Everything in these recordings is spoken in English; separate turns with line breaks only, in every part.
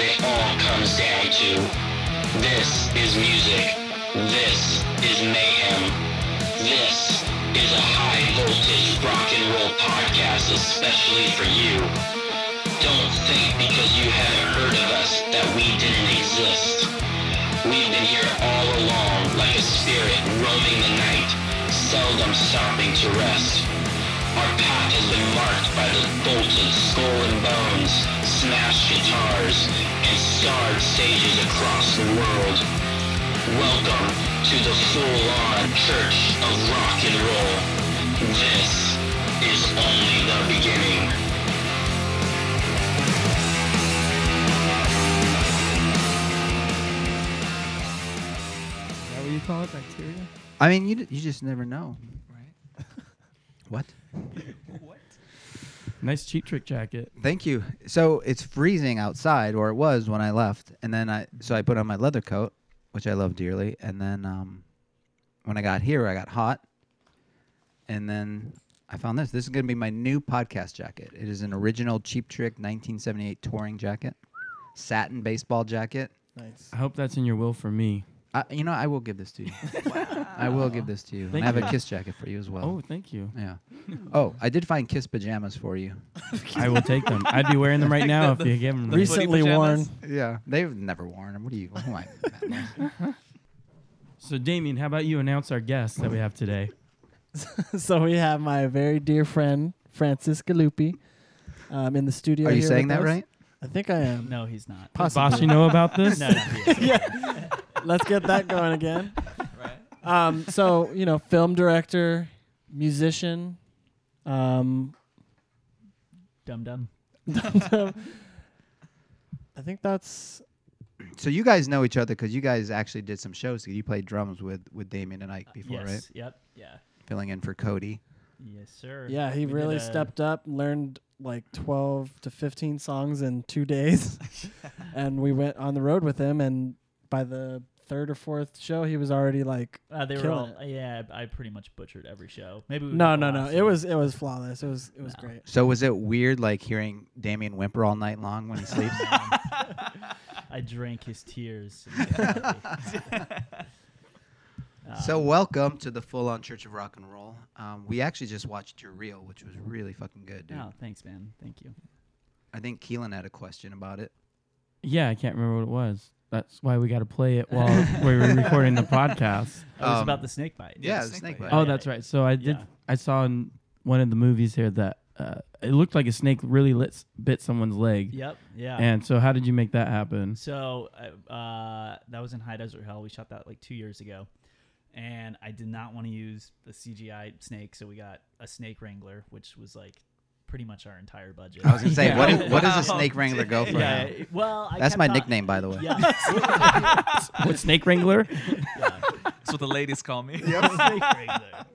it all comes down to. This is music. This is mayhem. This is a high voltage rock and roll podcast especially for you. Don't think because you haven't heard of us that we didn't exist. We've been here all along like a spirit roaming the night, seldom stopping to rest. Our path has been marked by the bolted skull and bones, smashed guitars, and starred stages across the world. Welcome to the full-on Church of Rock and Roll. This is only the beginning.
Is that what you call it? Bacteria?
I mean, you d- you just never know.
Right.
What?
Nice cheap trick jacket.
Thank you. So it's freezing outside, or it was when I left, and then I so I put on my leather coat, which I love dearly, and then um, when I got here, I got hot, and then I found this. This is gonna be my new podcast jacket. It is an original Cheap Trick 1978 touring jacket, satin baseball jacket.
Nice.
I hope that's in your will for me.
I, you know, I will give this to you. I will give this to you. and
Thank
I have
you.
a kiss jacket for you as well.
Oh, thank you.
Yeah. Oh, I did find kiss pajamas for you.
I will take them. I'd be wearing them right now if you gave them. to me.
Recently worn.
pajamas?
Yeah, they've never worn them. What do you? Who am I?
So, Damien, how about you announce our guest that we have today?
so we have my very dear friend Francis Galupi um, in the studio.
Are you
here
saying
with
that
us.
right?
I think I am.
No, he's not.
Does
Possibly.
Bossy know about this?
No, he isn't.
Let's get that going again.
right?
Um, so you know, film director, musician, um,
Dum dum.
I think that's
So you guys know each other because you guys actually did some shows. together. You played drums with with Damien and Ike before,
yes.
right?
Yep. Yeah.
Filling in for Cody.
Yes, sir.
yeah. He
We did
really
a-
stepped up, and learned like twelve to fifteen songs in two days, and we went on the road with him. And by the third or fofourth show, he was already like
Uh, they were
killing
all.
it.
Yeah, I pretty much butchered every show. Maybe we
No,
got
no, no.
lost
It
in-
was it was flawless. It was it was
No.
great.
So was it weird like hearing Damien whimper all night long when he sleeps?
I drank his tears. Um,
so welcome to the full on Church of Rock and Roll. Um, we actually just watched your reel, which was really fucking good, dude.
No, thanks, man. Thank you.
I think Keelan had a question about it.
Yeah, I can't remember what it was. That's why we got to play it while we were recording the podcast.
Oh, it was
Um,
about the snake bite.
yeah, the snake bite.
Oh,
Yeah,
that's
yeah.
right. So I did.
Yeah.
I saw in one of the movies here that uh, it looked like a snake really lit, bit someone's leg.
Yep. Yeah.
And so, how did you make that happen?
So uh, uh, that was in High Desert Hell. We shot that like two years ago, and I did not want to use the CGI snake, so we got a snake wrangler, which was like pretty much our entire budget.
I was gonna say,
Yeah.
what, if- what does a
Wow.
snake wrangler go for?
yeah,
now?
it- well, I
That's
kept
my
on-
nickname, by the way.
Yeah,
what snake wrangler?
yeah,
That's what the ladies call me.
snake wrangler.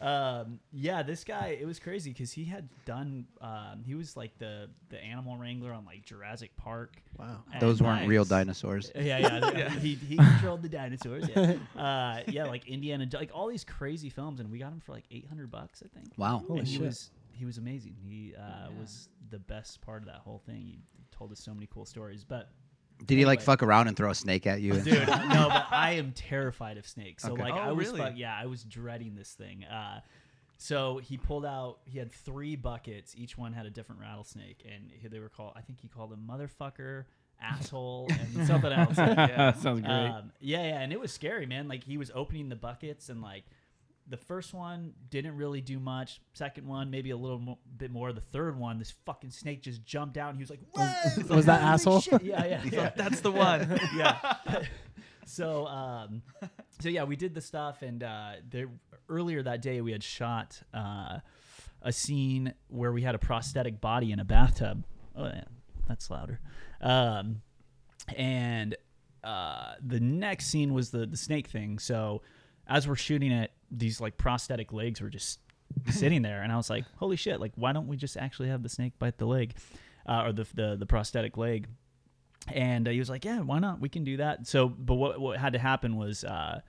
Um, yeah, this guy, it was crazy because he had done, um, he was like the the animal wrangler on like Jurassic Park.
Wow.
and,
Those weren't real
like,
dinosaurs.
Yeah, yeah. th- He, he controlled the dinosaurs. Yeah. Uh, yeah, like Indiana, Jo- like all these crazy films, and we got him for like eight hundred bucks, I think.
Wow.
Holy
and he
shit.
was he was amazing. He uh, was the best part of that whole thing. He told us so many cool stories. But
Did he like
anyway.
fuck around and throw a snake at you? and-
dude, no, but I am terrified of snakes. So
Okay.
like,
Oh,
I was
really?
fuck- yeah, I was dreading this thing. Uh, so he pulled out. He had three buckets. Each one had a different rattlesnake, and he- they were called. I think he called them motherfucker, asshole, and something else. Yeah.
Sounds great.
Um, yeah, yeah, and it was scary, man. Like he was opening the buckets, and like the first one didn't really do much. Second one, maybe a little mo- bit more. The third one, this fucking snake just jumped out, and he was like, "What?" He's
was
like,
that
"Holy
asshole?"
shit." Yeah, yeah, yeah.
That's the one.
yeah. so, um, so yeah, we did the stuff, and uh, there earlier that day we had shot uh, a scene where we had a prosthetic body in a bathtub. Oh, yeah, that's louder. Um, and uh, the next scene was the the snake thing. So, as we're shooting it, these like prosthetic legs were just sitting there, and I was like, "Holy shit! Like, why don't we just actually have the snake bite the leg, uh, or the, the the prosthetic leg?" and uh, he was like, "Yeah, why not? We can do that." So, but what what had to happen was uh,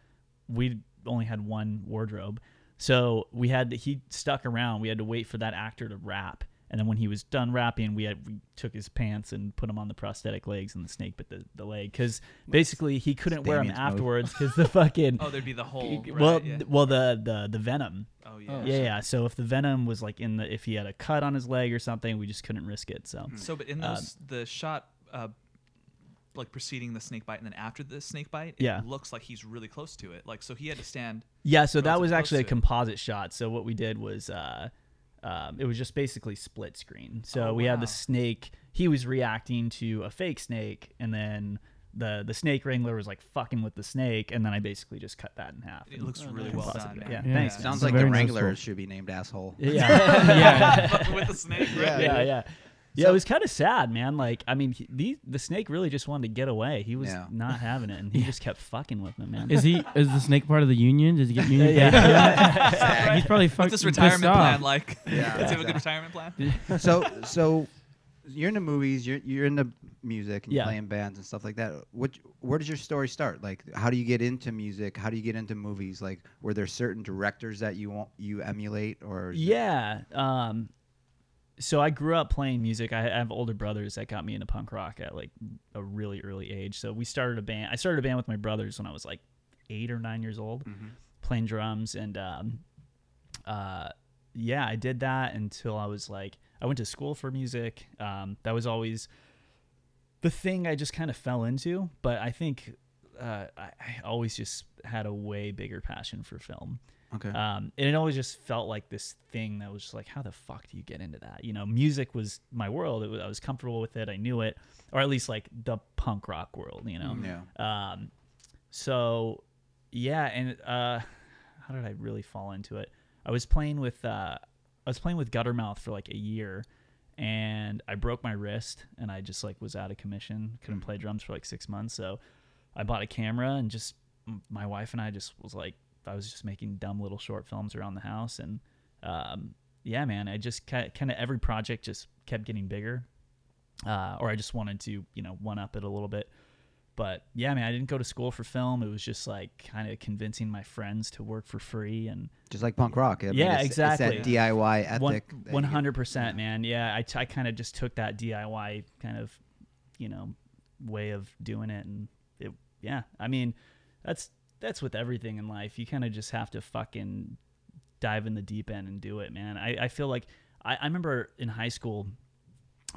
we only had one wardrobe, so we had he stuck around. We had to wait for that actor to rap, and And then when he was done rapping, we had we took his pants and put him on the prosthetic legs, and the snake bit the, the leg because basically he couldn't wear them
Damien's move.
afterwards because the fucking
Oh, there'd be the whole. Right,
well
yeah.
th- well the the the venom
Oh yeah.
Oh.
yeah yeah so if the venom was like in the if he had a cut on his leg or something we just couldn't risk it so
So, but in those the shot, uh, like preceding the snake bite, and then after the snake bite, it
Yeah.
looks like he's really close to it. Like so, he had to stand.
yeah so that
Relative
was
close
actually a
to it.
composite shot so what we did was uh um, it was just basically split screen so
Oh,
we had
wow.
the snake he was reacting to a fake snake and then the the snake wrangler was like fucking with the snake and then i basically just cut that in half
It looks
Oh,
really
nice.
well
Composite,
done.
yeah.
man.
Yeah, thanks, man.
Sounds
It's
like the
very
Wranglers
noticeable.
should be named asshole.
yeah yeah
with the snake. Right?
yeah, yeah, yeah. Yeah, it was kind of sad, man. Like, I mean, he, the, the snake really just wanted to get away. He was
Yeah.
not having it, and he just kept fucking with him, man.
Is he? Is the snake part of the union? Does he get union?
Yeah.
paid for that? He's probably fucking
What's this retirement
pissed
plan
off.
like?
Yeah.
Does he have a good retirement plan?
so so you're into movies you're you're into music and you
Yeah.
playing bands and stuff like that what where does your story start like how do you get into music how do you get into movies like were there certain directors that you want you emulate or is it-
Yeah. Um, so I grew up playing music. I, I have older brothers that got me into punk rock at like a really early age. So we started a band. I started a band with my brothers when I was like eight or nine years old, playing drums and um, uh, yeah, I did that until I was like I went to school for music. Um, that was always the thing I just kind of fell into. But I think uh, I, I always just had a way bigger passion for film.
okay
Um, and it always just felt like this thing that was just like, how the fuck do you get into that? You know, music was my world. It was, I was comfortable with it. I knew it, or at least like the punk rock world. You know.
Mm-hmm. yeah
Um, so yeah, and uh, how did I really fall into it? I was playing with uh, I was playing with Guttermouth for like a year, and I broke my wrist, and I just like was out of commission, couldn't play drums for like six months. So I bought a camera, and just m- my wife and I just was like, I was just making dumb little short films around the house, and um, yeah, man, I just kind of every project just kept getting bigger, uh, or I just wanted to, you know, one up it a little bit but yeah, man, I didn't go to school for film. It was just like kind of convincing my friends to work for free and
just like punk rock I mean,
Yeah,
it's-
exactly.
it's that diy ethic eh, that you-
one hundred percent, man. Yeah, I, t- I kind of just took that DIY kind of, you know, way of doing it, and it yeah. I mean, that's that's with everything in life. You kind of just have to fucking dive in the deep end and do it, man. I, I feel like I, I remember in high school,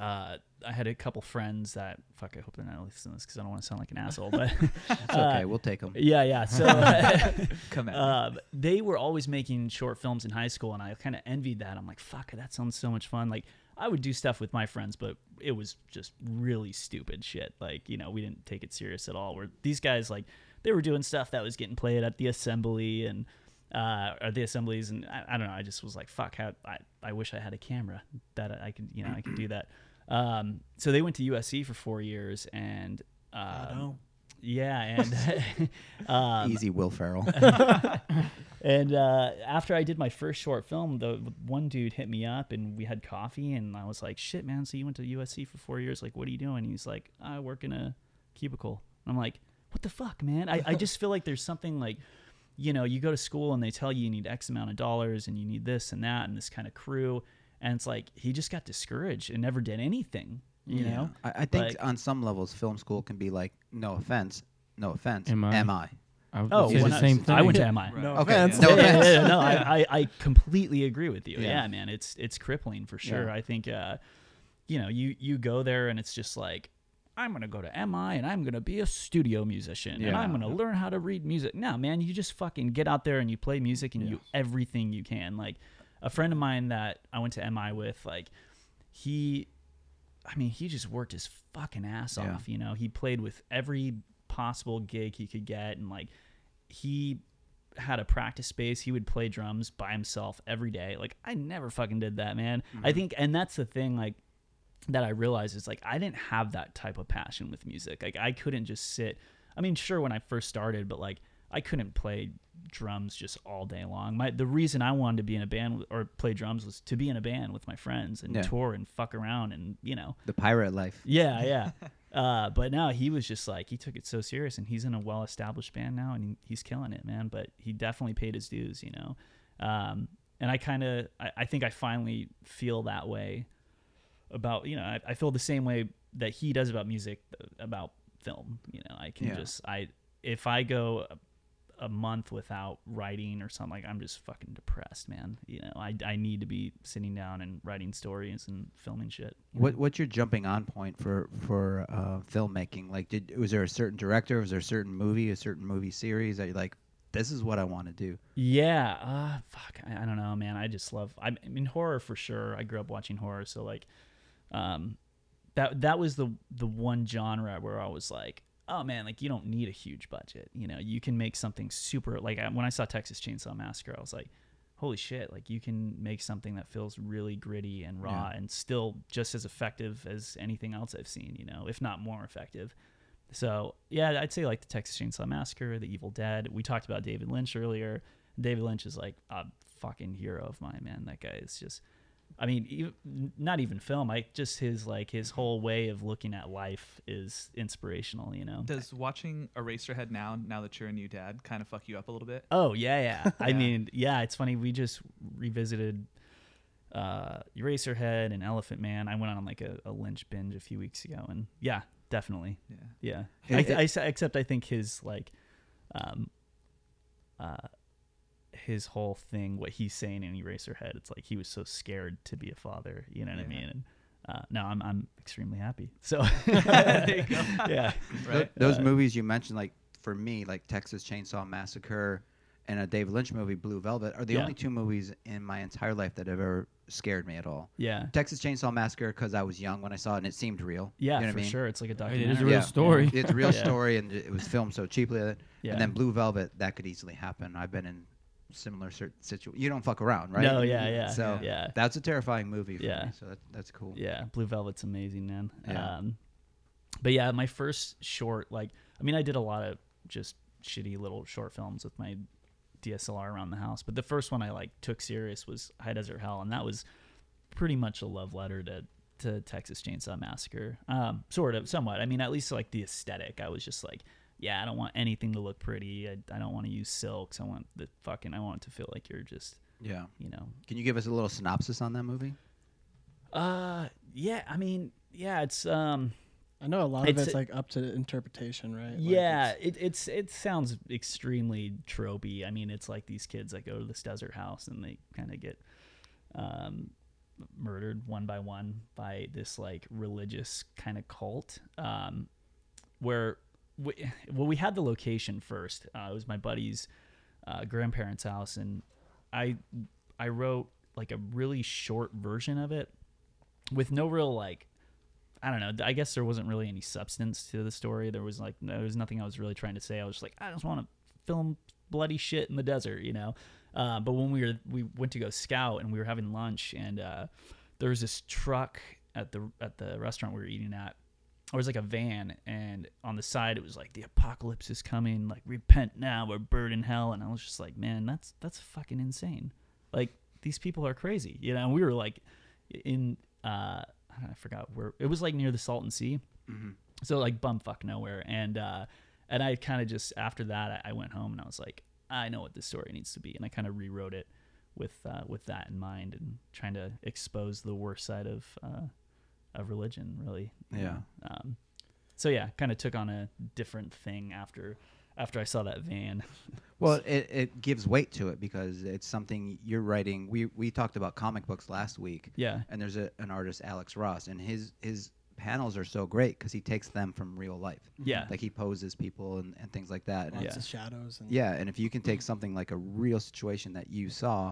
uh, I had a couple friends that fuck. I hope they're not listening to this because I don't want to sound like an asshole, but
it's okay
uh,
we'll take them
yeah, yeah. So.
Come at me.
Uh, they were always making short films in high school, and I kind of envied that. I'm like, fuck, that sounds so much fun. Like, I would do stuff with my friends, but it was just really stupid shit. Like, you know, we didn't take it serious at all. Where these guys, like, they were doing stuff that was getting played at the assembly and uh, or the assemblies, and I, I don't know. I just was like, fuck, how, I, I wish I had a camera that I could, you know, I could do that. Um, so they went to USC for four years, and uh,
no.
yeah, and um,
easy will ferrell
and uh, after I did my first short film, the one dude hit me up and we had coffee, and I was like, "Shit, man! So you went to USC for four years? Like, what are you doing?" And he's like, "I work in a cubicle." And I'm like, "What the fuck, man? I, I just feel like there's something like, you know, you go to school and they tell you you need X amount of dollars and you need this and that and this kind of crew, and it's like he just got discouraged and never did anything, you
Yeah.
know?
I, I think
Like-
on some levels film school can be like no offense no offense
Am I?
mi
I would
Oh,
say
well,
the same thing.
I went to MI.
No
Okay,
offense.
no
Yeah,
offense.
yeah, yeah, no, I, I, I completely agree with you.
Yeah.
Yeah. man, it's it's crippling for sure.
Yeah.
I think, uh, you know, you you go there and it's just like, I'm gonna go to MI and I'm gonna be a studio musician and
Yeah.
I'm gonna learn how to read music. No, man, you just fucking get out there and you play music and you do everything you can. Like a friend of mine that I went to MI with, like he I mean, he just worked his fucking ass
Yeah.
off. You know, he played with every possible gig he could get, and like, he had a practice space. He would play drums by himself every day. Like, I never fucking did that, man. I
Mm-hmm.
think, and that's the thing, like, that I realized is like, I didn't have that type of passion with music. Like, I couldn't just sit. I mean, sure, when I first started, but like, I couldn't play drums just all day long. My the reason I wanted to be in a band or play drums was to be in a band with my friends and
Yeah.
tour and fuck around and you know
the pirate life
yeah, yeah. Uh, but now he was just like he took it so serious, and he's in a well-established band now, and he, he's killing it, man. But he definitely paid his dues, you know. Um, and I kind of, I, I think I finally feel that way about you know I, I feel the same way that he does about music uh, about film. You know, I can
Yeah.
just I if I go a, a month without writing or something, like I'm just fucking depressed, man. You know, I I need to be sitting down and writing stories and filming shit. you know?
What what's your jumping on point for for uh, filmmaking? Like, did was there a certain director? Was there a certain movie? A certain movie series that you're like, this is what I want to do?
Yeah. Uh, fuck. I, I don't know, man. I just love. I mean, horror for sure. I grew up watching horror, so like, um, that that was the the one genre where I was like, oh man, like you don't need a huge budget. You know, you can make something super. Like I- when I saw Texas Chainsaw Massacre, I was like, holy shit! Like you can make something that feels really gritty and raw and still just as effective as anything else I've seen. You know, if not more effective. So yeah, I'd say like the Texas Chainsaw Massacre, The Evil Dead. We talked about David Lynch earlier. David Lynch is like a fucking hero of mine, man. That guy is just, I mean, even, not even film. I just his like his whole way of looking at life is inspirational. You know.
Does watching Eraserhead now, now that you're a new dad, kind of fuck you up a little bit?
Oh yeah, yeah. I mean, yeah. It's funny. We just revisited uh, Eraserhead and Elephant Man. I went on like a, a Lynch binge a few weeks ago, and yeah, definitely.
Yeah.
Yeah.
It-
I,
it-
th- I s- except I think his like, um, uh, his whole thing, what he's saying in Eraserhead, it's like he was so scared to be a father. You know what I
Yeah.
mean? And, uh, no, I'm I'm extremely happy. So
There you go.
yeah,
Tho-
Right.
those
Uh,
movies you mentioned, like for me, like Texas Chainsaw Massacre and a David Lynch movie, Blue Velvet, are the
Yeah.
only two movies in my entire life that have ever scared me at all.
yeah,
Texas Chainsaw Massacre because I was young when I saw it and it seemed real.
yeah.
you know what
for
I mean?
sure, it's like a
It
documentary.
is a real
Yeah.
story.
It's a real
Yeah.
story and it was filmed so cheaply. That,
Yeah.
And then Blue Velvet, that could easily happen. I've been in similar certain situations. You don't fuck around, right?
No, yeah, yeah,
So
yeah.
that's a terrifying movie for
Yeah.
me. So that, that's cool.
Yeah, Blue Velvet's amazing, man.
Yeah.
Um, but yeah, my first short, like, I mean, I did a lot of just shitty little short films with my DSLR around the house, but the first one I like took serious was High Desert Hell, and that was pretty much a love letter to to Texas Chainsaw Massacre, um, sort of, somewhat. I mean, at least like the aesthetic, I was just like. Yeah, I don't want anything to look pretty. I, I don't want to use silks. I want the fucking. I want it to feel like you're just,
Yeah.
you know,
Can you give us a little synopsis on that movie?
uh, yeah. I mean, yeah. It's um,
I know a lot of
It's
it's
a-
like up to interpretation, right? Like,
yeah,
it's-
it, it's it sounds extremely tropey. I mean, it's like these kids that go to this desert house and they kind of get um, murdered one by one by this like religious kind of cult. Um, where we, well, we had the location first. Uh, it was my buddy's uh, grandparents' house, and I I wrote like a really short version of it with no real like I don't know. I guess there wasn't really any substance to the story. There was like no, there was nothing I was really trying to say. I was just like, I just want to film bloody shit in the desert, you know. Uh, but when we were we went to go scout and we were having lunch and uh, there was this truck at the at the restaurant we were eating at. Or it was like a van, and on the side it was like the apocalypse is coming. Like repent now, we're bird in hell. And I was just like, man, that's that's fucking insane. Like these people are crazy, you know. And we were like, in uh I, don't, I forgot where it was like near the Salton Sea, so like bumfuck nowhere. And uh, and I kind of just after that I, I went home and I was like I know what this story needs to be, and I kind of rewrote it with uh, with that in mind and trying to expose the worst side of uh, of religion really.
Yeah.
Um, so yeah, kind of took on a different thing after after I saw that van.
Well, it, it gives weight to it because it's something you're writing. We we talked about comic books last week.
Yeah.
And there's a, an artist Alex Ross, and his his panels are so great because he takes them from real life.
Yeah.
Like he poses people and, and things like that. And
lots
yeah.
Yeah.
of shadows. And
yeah. And if you can take something like a real situation that you saw,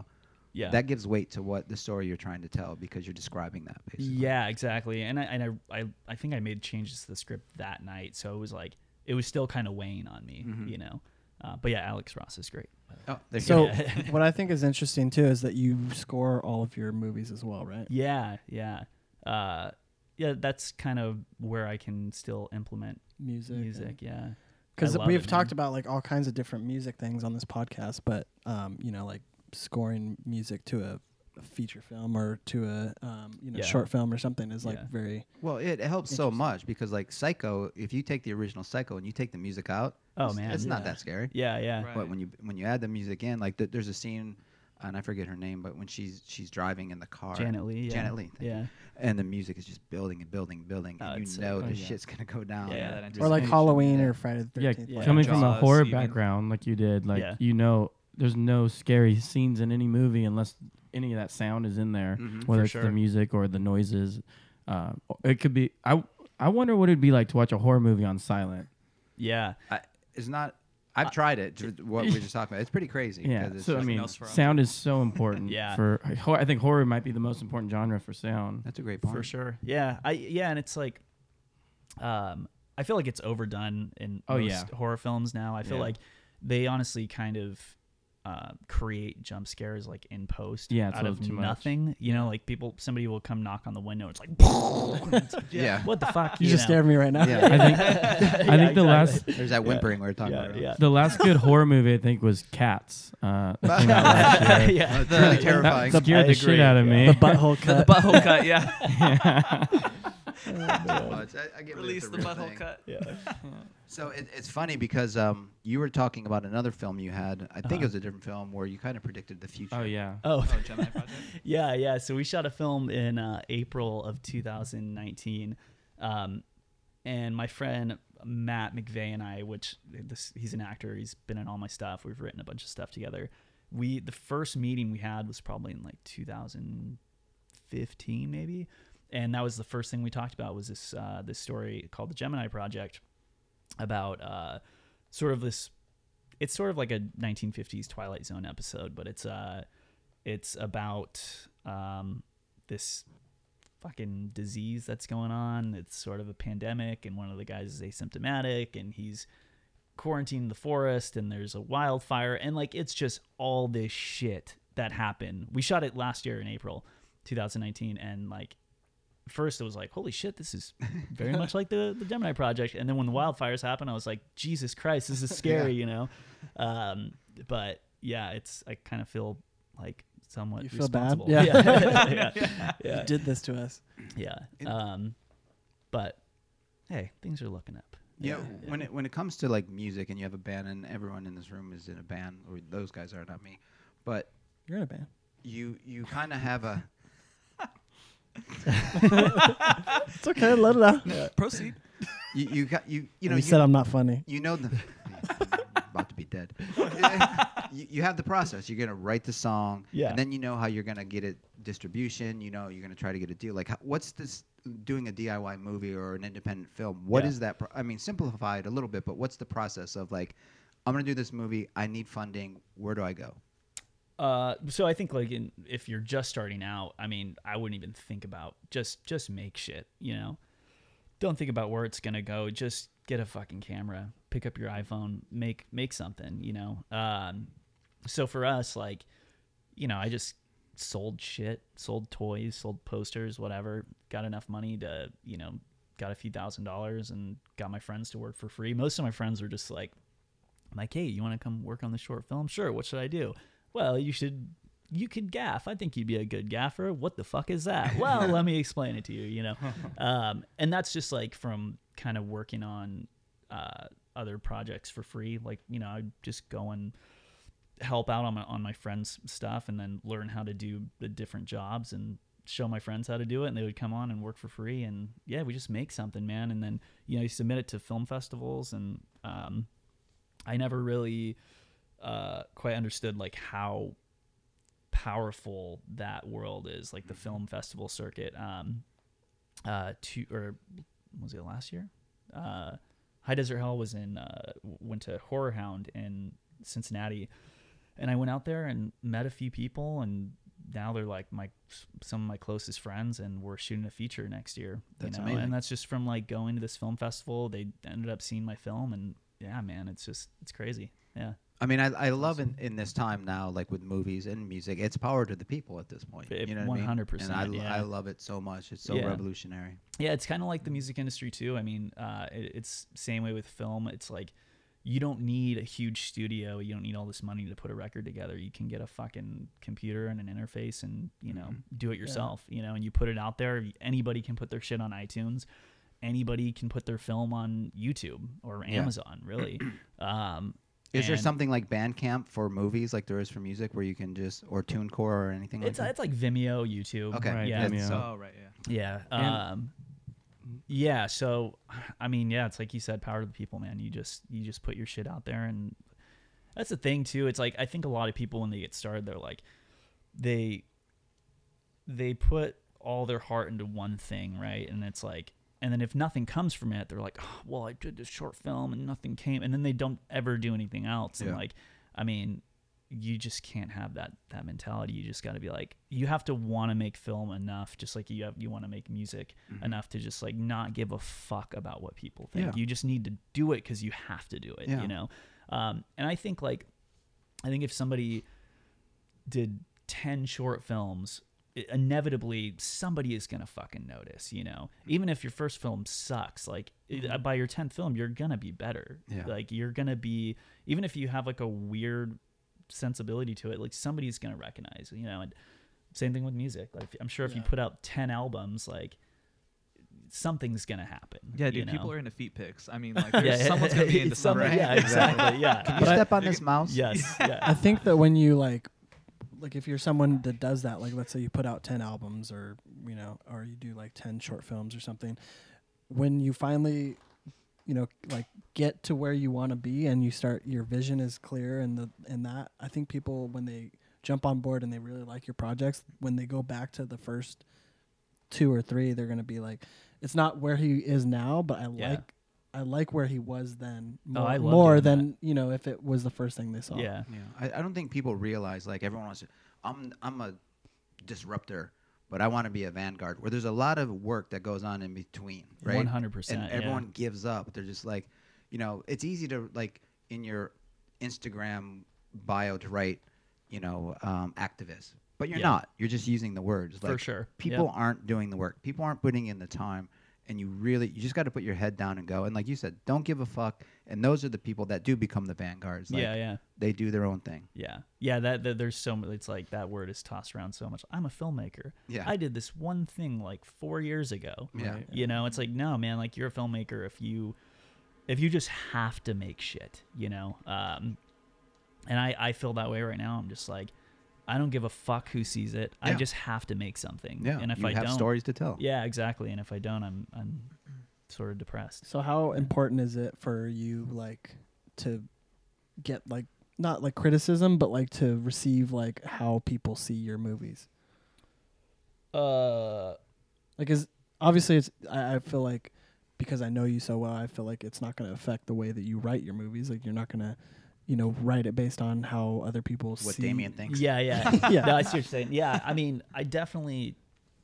Mm-hmm. Yeah.
that gives weight to what the story you're trying to tell because you're describing that. Basically.
Yeah, exactly. And I and I, I I think I made changes to the script that night, so it was like it was still kind of weighing on me,
Mm-hmm.
you know. Uh, but yeah, Alex Ross is great.
Oh, there you
So
go.
what I think is interesting too is that you score all of your movies as well, right?
Yeah, yeah, uh, yeah. That's kind of where I can still implement
Music.
music. Yeah,
Because
I love
we've
it,
talked
man.
about like all kinds of different music things on this podcast, but um, you know, like scoring music to a, a feature film or to a um, you know
Yeah.
short film or something is like
Yeah.
very
Well, it helps so
Interesting.
much because like Psycho, if you take the original Psycho and you take the music out,
Oh,
it's-
man,
it's not
yeah.
that scary.
Yeah, yeah,
Right.
But when you when you add the music in, like th- there's a scene and I forget her name, but when she's she's driving in the car,
Janet Lee. Yeah.
Janet Lee, thank you.
Yeah.
and the music is just building and building and building,
Oh,
and
it's
you
so-
know
oh,
the
yeah.
shit's gonna go down.
Yeah,
that
It's
or like
action.
Halloween or Friday the
Yeah,
13th.
Yeah.
coming from a
Jaws,
horror
even.
background like you did, like
Yeah.
you know, there's no scary scenes in any movie unless any of that sound is in there,
Mm-hmm.
Mhm.
whether
For
it's
sure.
the music or the noises. Uh, it could be. I I wonder what it'd be like to watch a horror movie on silent.
Yeah.
I, it's not. I've tried it. ju- What we were just talking about. It's pretty crazy.
Uh, Yeah,
'cause it's
so I
just-
mean,
else for us.
sound is so important.
Yeah.
for ho- I think horror might be the most important genre for sound.
that's a great point.
for sure. Yeah, I yeah, and it's like, um, I feel like it's overdone in
Oh,
most
yeah.
horror films now. I feel
Yeah.
like they honestly kind of uh, create jump scares like in post
Yeah, it's a
out of
little too much.
nothing. You know, like people, somebody will come knock on the window. It's like,
Yeah.
what the fuck?
You just
know?
stared at me right now.
Yeah.
I think I think the last
There's that whimpering we were talking
Yeah,
about.
yeah.
the last good horror movie I think was Cats. Uh, that came out last year.
yeah.
It's really
The-
terrifying.
That scared
I
the
agree,
shit out of
yeah.
me.
The butthole
The
cut.
butthole cut, yeah.
Oh, it's- I- I get what it's
Release
a
the
real
butthole
thing.
cut.
So it, it's funny because um, you were talking about another film you had. I think it was a different film where you kind of predicted the future.
Uh-huh. Oh yeah.
Oh,
Oh, Gemini Project.
yeah, yeah. So we shot a film in uh, April of 2019, um, and my friend Matt McVeigh and I, which this, he's an actor, he's been in all my stuff. We've written a bunch of stuff together. We the first meeting we had was probably in like 2015, maybe, and that was the first thing we talked about was this uh, this story called the Gemini Project about uh, sort of this. It's sort of like a 1950s Twilight Zone episode, but it's uh, it's about um, this fucking disease that's going on. It's sort of a pandemic, and one of the guys is asymptomatic, and he's quarantined in the forest, and there's a wildfire, and like it's just all this shit that happened. We shot it last year in April, 2019, and like first it was like, holy shit, this is very much like the, the Gemini Project. And then when the wildfires happened, I was like, Jesus Christ, this is scary, you know? Um, but yeah, it's, I kind of feel like somewhat
You feel bad?
responsible.
Yeah.
Yeah. yeah.
You did this to us.
yeah. Um, but hey, things are looking up.
Yeah, when it when it comes to like music and you have a band and everyone in this room is in a band, or those guys are not me, but
You're in a band.
you you kind of have a
It's okay. Let it out.
Proceed.
you you got you you
You,
know
know,
you,
you said I'm not funny.
you know the about to be dead. you, you have the process. You're gonna write the song,
Yeah.
and then you know how you're gonna get it distribution. You know you're gonna try to get a deal. Like how, what's this? Doing a DIY movie or an independent film, What
Yeah.
is that? Pro- I mean, simplify it a little bit, but what's the process of like, I'm gonna do this movie. I need funding. Where do I go?
Uh, so I think like in, if you're just starting out, I mean, I wouldn't even think about just just make shit, you know. Don't think about where it's gonna go. Just get a fucking camera, pick up your iPhone, make make something, you know. Um, so for us, like, you know, I just sold shit, sold toys, sold posters, whatever. Got enough money to, you know, got a few thousand dollars and got my friends to work for free. Most of my friends were just like, I'm like, hey, you want to come work on the short film? Sure. What should I do? Well, you should. You could gaff. I think you'd be a good gaffer. What the fuck is that? Well, let me explain it to you. You know, um, and that's just like from kind of working on uh, other projects for free. Like you know, I'd just go and help out on my on my friends' stuff, and then learn how to do the different jobs and show my friends how to do it. And they would come on and work for free. And yeah, we just make something, man. And then you know, you submit it to film festivals, and um, I never really uh, quite understood like how powerful that world is, like the
Mm-hmm.
film festival circuit. Um, uh, two or was it last year? Uh, High Desert Hell was in uh, w- went to Horror Hound in Cincinnati, and I went out there and met a few people, and now they're like my some of my closest friends, and we're shooting a feature next year.
That's
you know?
amazing.
and that's just from like going to this film festival. They ended up seeing my film, and yeah, man, it's just it's crazy. Yeah,
I mean, I, I love in, in this time now, like with movies and music, it's power to the people at this point.
It-
you know what I mean?
100%,
And I, l- I
yeah.
love it so much. It's so
Yeah.
revolutionary.
yeah it's kind of like the music industry too i mean uh, it, it's same way with film it's like you don't need a huge studio you don't need all this money to put a record together you can get a fucking computer and an interface and you know do it yourself you know and you put it out there anybody can put their shit on itunes anybody can put their film on youtube or amazon really um,
Is there
And-
something like Bandcamp for movies, like there is for music, where you can just or TuneCore or anything
It's
like
it's like Vimeo, YouTube.
that? Okay,
Right,
Yeah.
Vimeo.
so-
oh right, yeah.
Yeah.
And-
Um, yeah. So, I mean, yeah, it's like you said, power to the people, man. You just you just put your shit out there, and that's the thing too. It's like I think a lot of people when they get started, they're like, they they put all their heart into one thing, right? And it's like, and then if nothing comes from it, they're like, oh, well, I did this short film and nothing came, and then they don't ever do anything else.
Yeah.
And like, I mean, you just can't have that that mentality. You just got to be like, you have to want to make film enough, just like you have you want to make music enough to just like not give a fuck about what people think.
Mm-hmm. Yeah.
You just need to do it because you have to do it.
Yeah.
You know, um, and I think like, I think if somebody did 10 short films i- inevitably somebody is gonna fucking notice you know even if your first film sucks like
Mm-hmm.
i- by your 10th film you're gonna be better
Yeah.
like you're gonna be even if you have like a weird sensibility to it like somebody's gonna recognize you know and same thing with music like i'm sure if you
Yeah.
put out 10 albums like something's gonna happen
Yeah,
you
dude, people
know?
are into feet pics. I mean, like, there's someone's gonna be into
Some-
something.
right?
yeah exactly yeah
Can you
But I-
step on this mouse?
yes yeah
I think that when you like, like if you're someone that does that, like let's say you put out ten albums or you know, or you do like ten short films or something, when you finally, you know, like get to where you want to be and you start your vision is clear and the and that I think people when they jump on board and they really like your projects when they go back to the first two or three they're gonna be like it's not where he is now but i
Yeah.
like i like where he was then
Oh,
more,
I love
more
doing that.
than you know if it was the first thing they saw
yeah
Yeah, I, I don't think people realize like everyone wants to. I'm I'm a disruptor, but I want to be a vanguard. Where there's a lot of work that goes on in between, right?
100%,
And
yeah.
everyone gives up. They're just like, you know, it's easy to like in your Instagram bio to write, you know, um, activist, but you're
Yeah.
not. You're just using the words.
For
Like,
sure.
People
Yep.
aren't doing the work. People aren't putting in the time. And you really, you just got to put your head down and go. And like you said, don't give a fuck. And those are the people that do become the vanguards. Like,
yeah yeah
They do their own thing.
Yeah, yeah. That, that there's so much. It's like that word is tossed around so much. I'm a filmmaker.
Yeah.
I did this one thing like four years ago.
Yeah.
Right.
You know, it's like no, man. Like you're a filmmaker if you if you just have to make shit. You know, um, and I I feel that way right now. I'm just like, I don't give a fuck who sees it. I
Yeah.
just have to make something.
Yeah,
And if
you
I
have
don't,
stories to tell.
yeah, exactly. And if I don't, I'm I'm sort of depressed.
So how important is it for you like to get like not like criticism but like to receive like how people see your movies?
Uh,
Like is obviously it's I, I feel like because I know you so well, I feel like it's not gonna affect the way that you write your movies. Like you're not gonna, you know, write it based on how other people
What
see
Damien thinks.
Yeah, yeah,
Yeah.
yeah. No, I see what you're saying. Yeah, I mean, I definitely,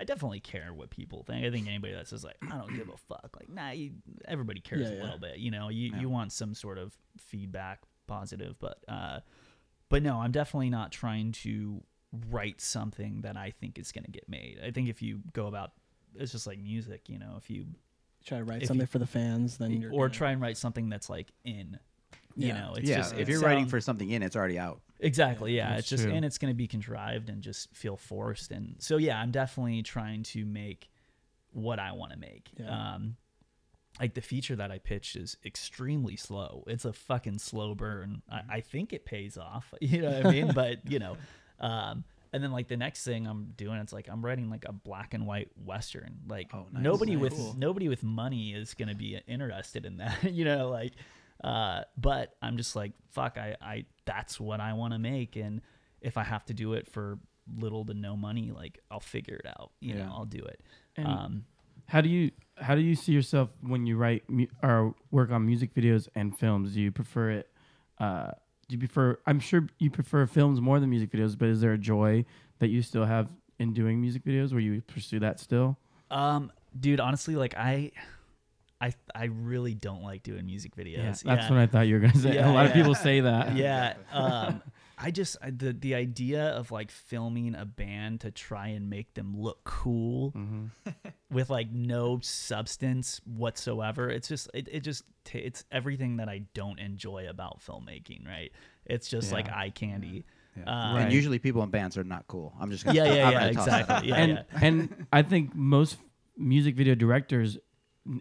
I definitely care what people think. I think anybody that says like, I don't give a fuck, like, nah, you, everybody cares
Yeah,
a
yeah.
little bit. You know, you
Yeah.
you want some sort of feedback, positive, but uh, but no, I'm definitely not trying to write something that I think is going to get made. I think if you go about, it's just like music. You know, if you
Try to write
If
something
you-
for the fans, then you're
or
gonna-
try and write something that's like in. You
Yeah.
know, it's
yeah,
just
if
it
you're writing
sounds-
for something in, it's already out.
Exactly. Yeah.
That's
It's just
true.
and it's going to be contrived and just feel forced. And so yeah, I'm definitely trying to make what I want to make.
Yeah.
Um, like the feature that I pitched is extremely slow. It's a fucking slow burn.
Mm-hmm.
I, I think it pays off. You know what I mean? but you know, um, and then like the next thing I'm doing, it's like I'm writing like a black and white western. Like
Oh, nice.
nobody
Nice.
with
Cool.
nobody with money is going to be interested in that you know like uh but i'm just like fuck i i that's what i want to make and if i have to do it for little to no money like i'll figure it out you
Yeah.
know i'll do it
And-
um
How do you how do you see yourself when you write mu- or work on music videos and films? Do you prefer it? Uh, do you prefer? I'm sure you prefer films more than music videos, but is there a joy that you still have in doing music videos where you pursue that still?
um dude honestly like i i i really don't like doing music videos
that's
Yeah.
what I thought you were gonna say.
Yeah,
a lot of
yeah.
people say that.
yeah um i just I, the the idea of like filming a band to try and make them look cool
Mm-hmm.
with like no substance whatsoever it's just it, it just t- it's everything that i don't enjoy about filmmaking right it's just like
Yeah.
eye candy Uh, yeah
Right.
And usually people in bands are not cool. I'm just gonna
yeah yeah,
I'm
yeah
gonna toss that out.
exactly yeah,
and
yeah.
and I think most music video directors,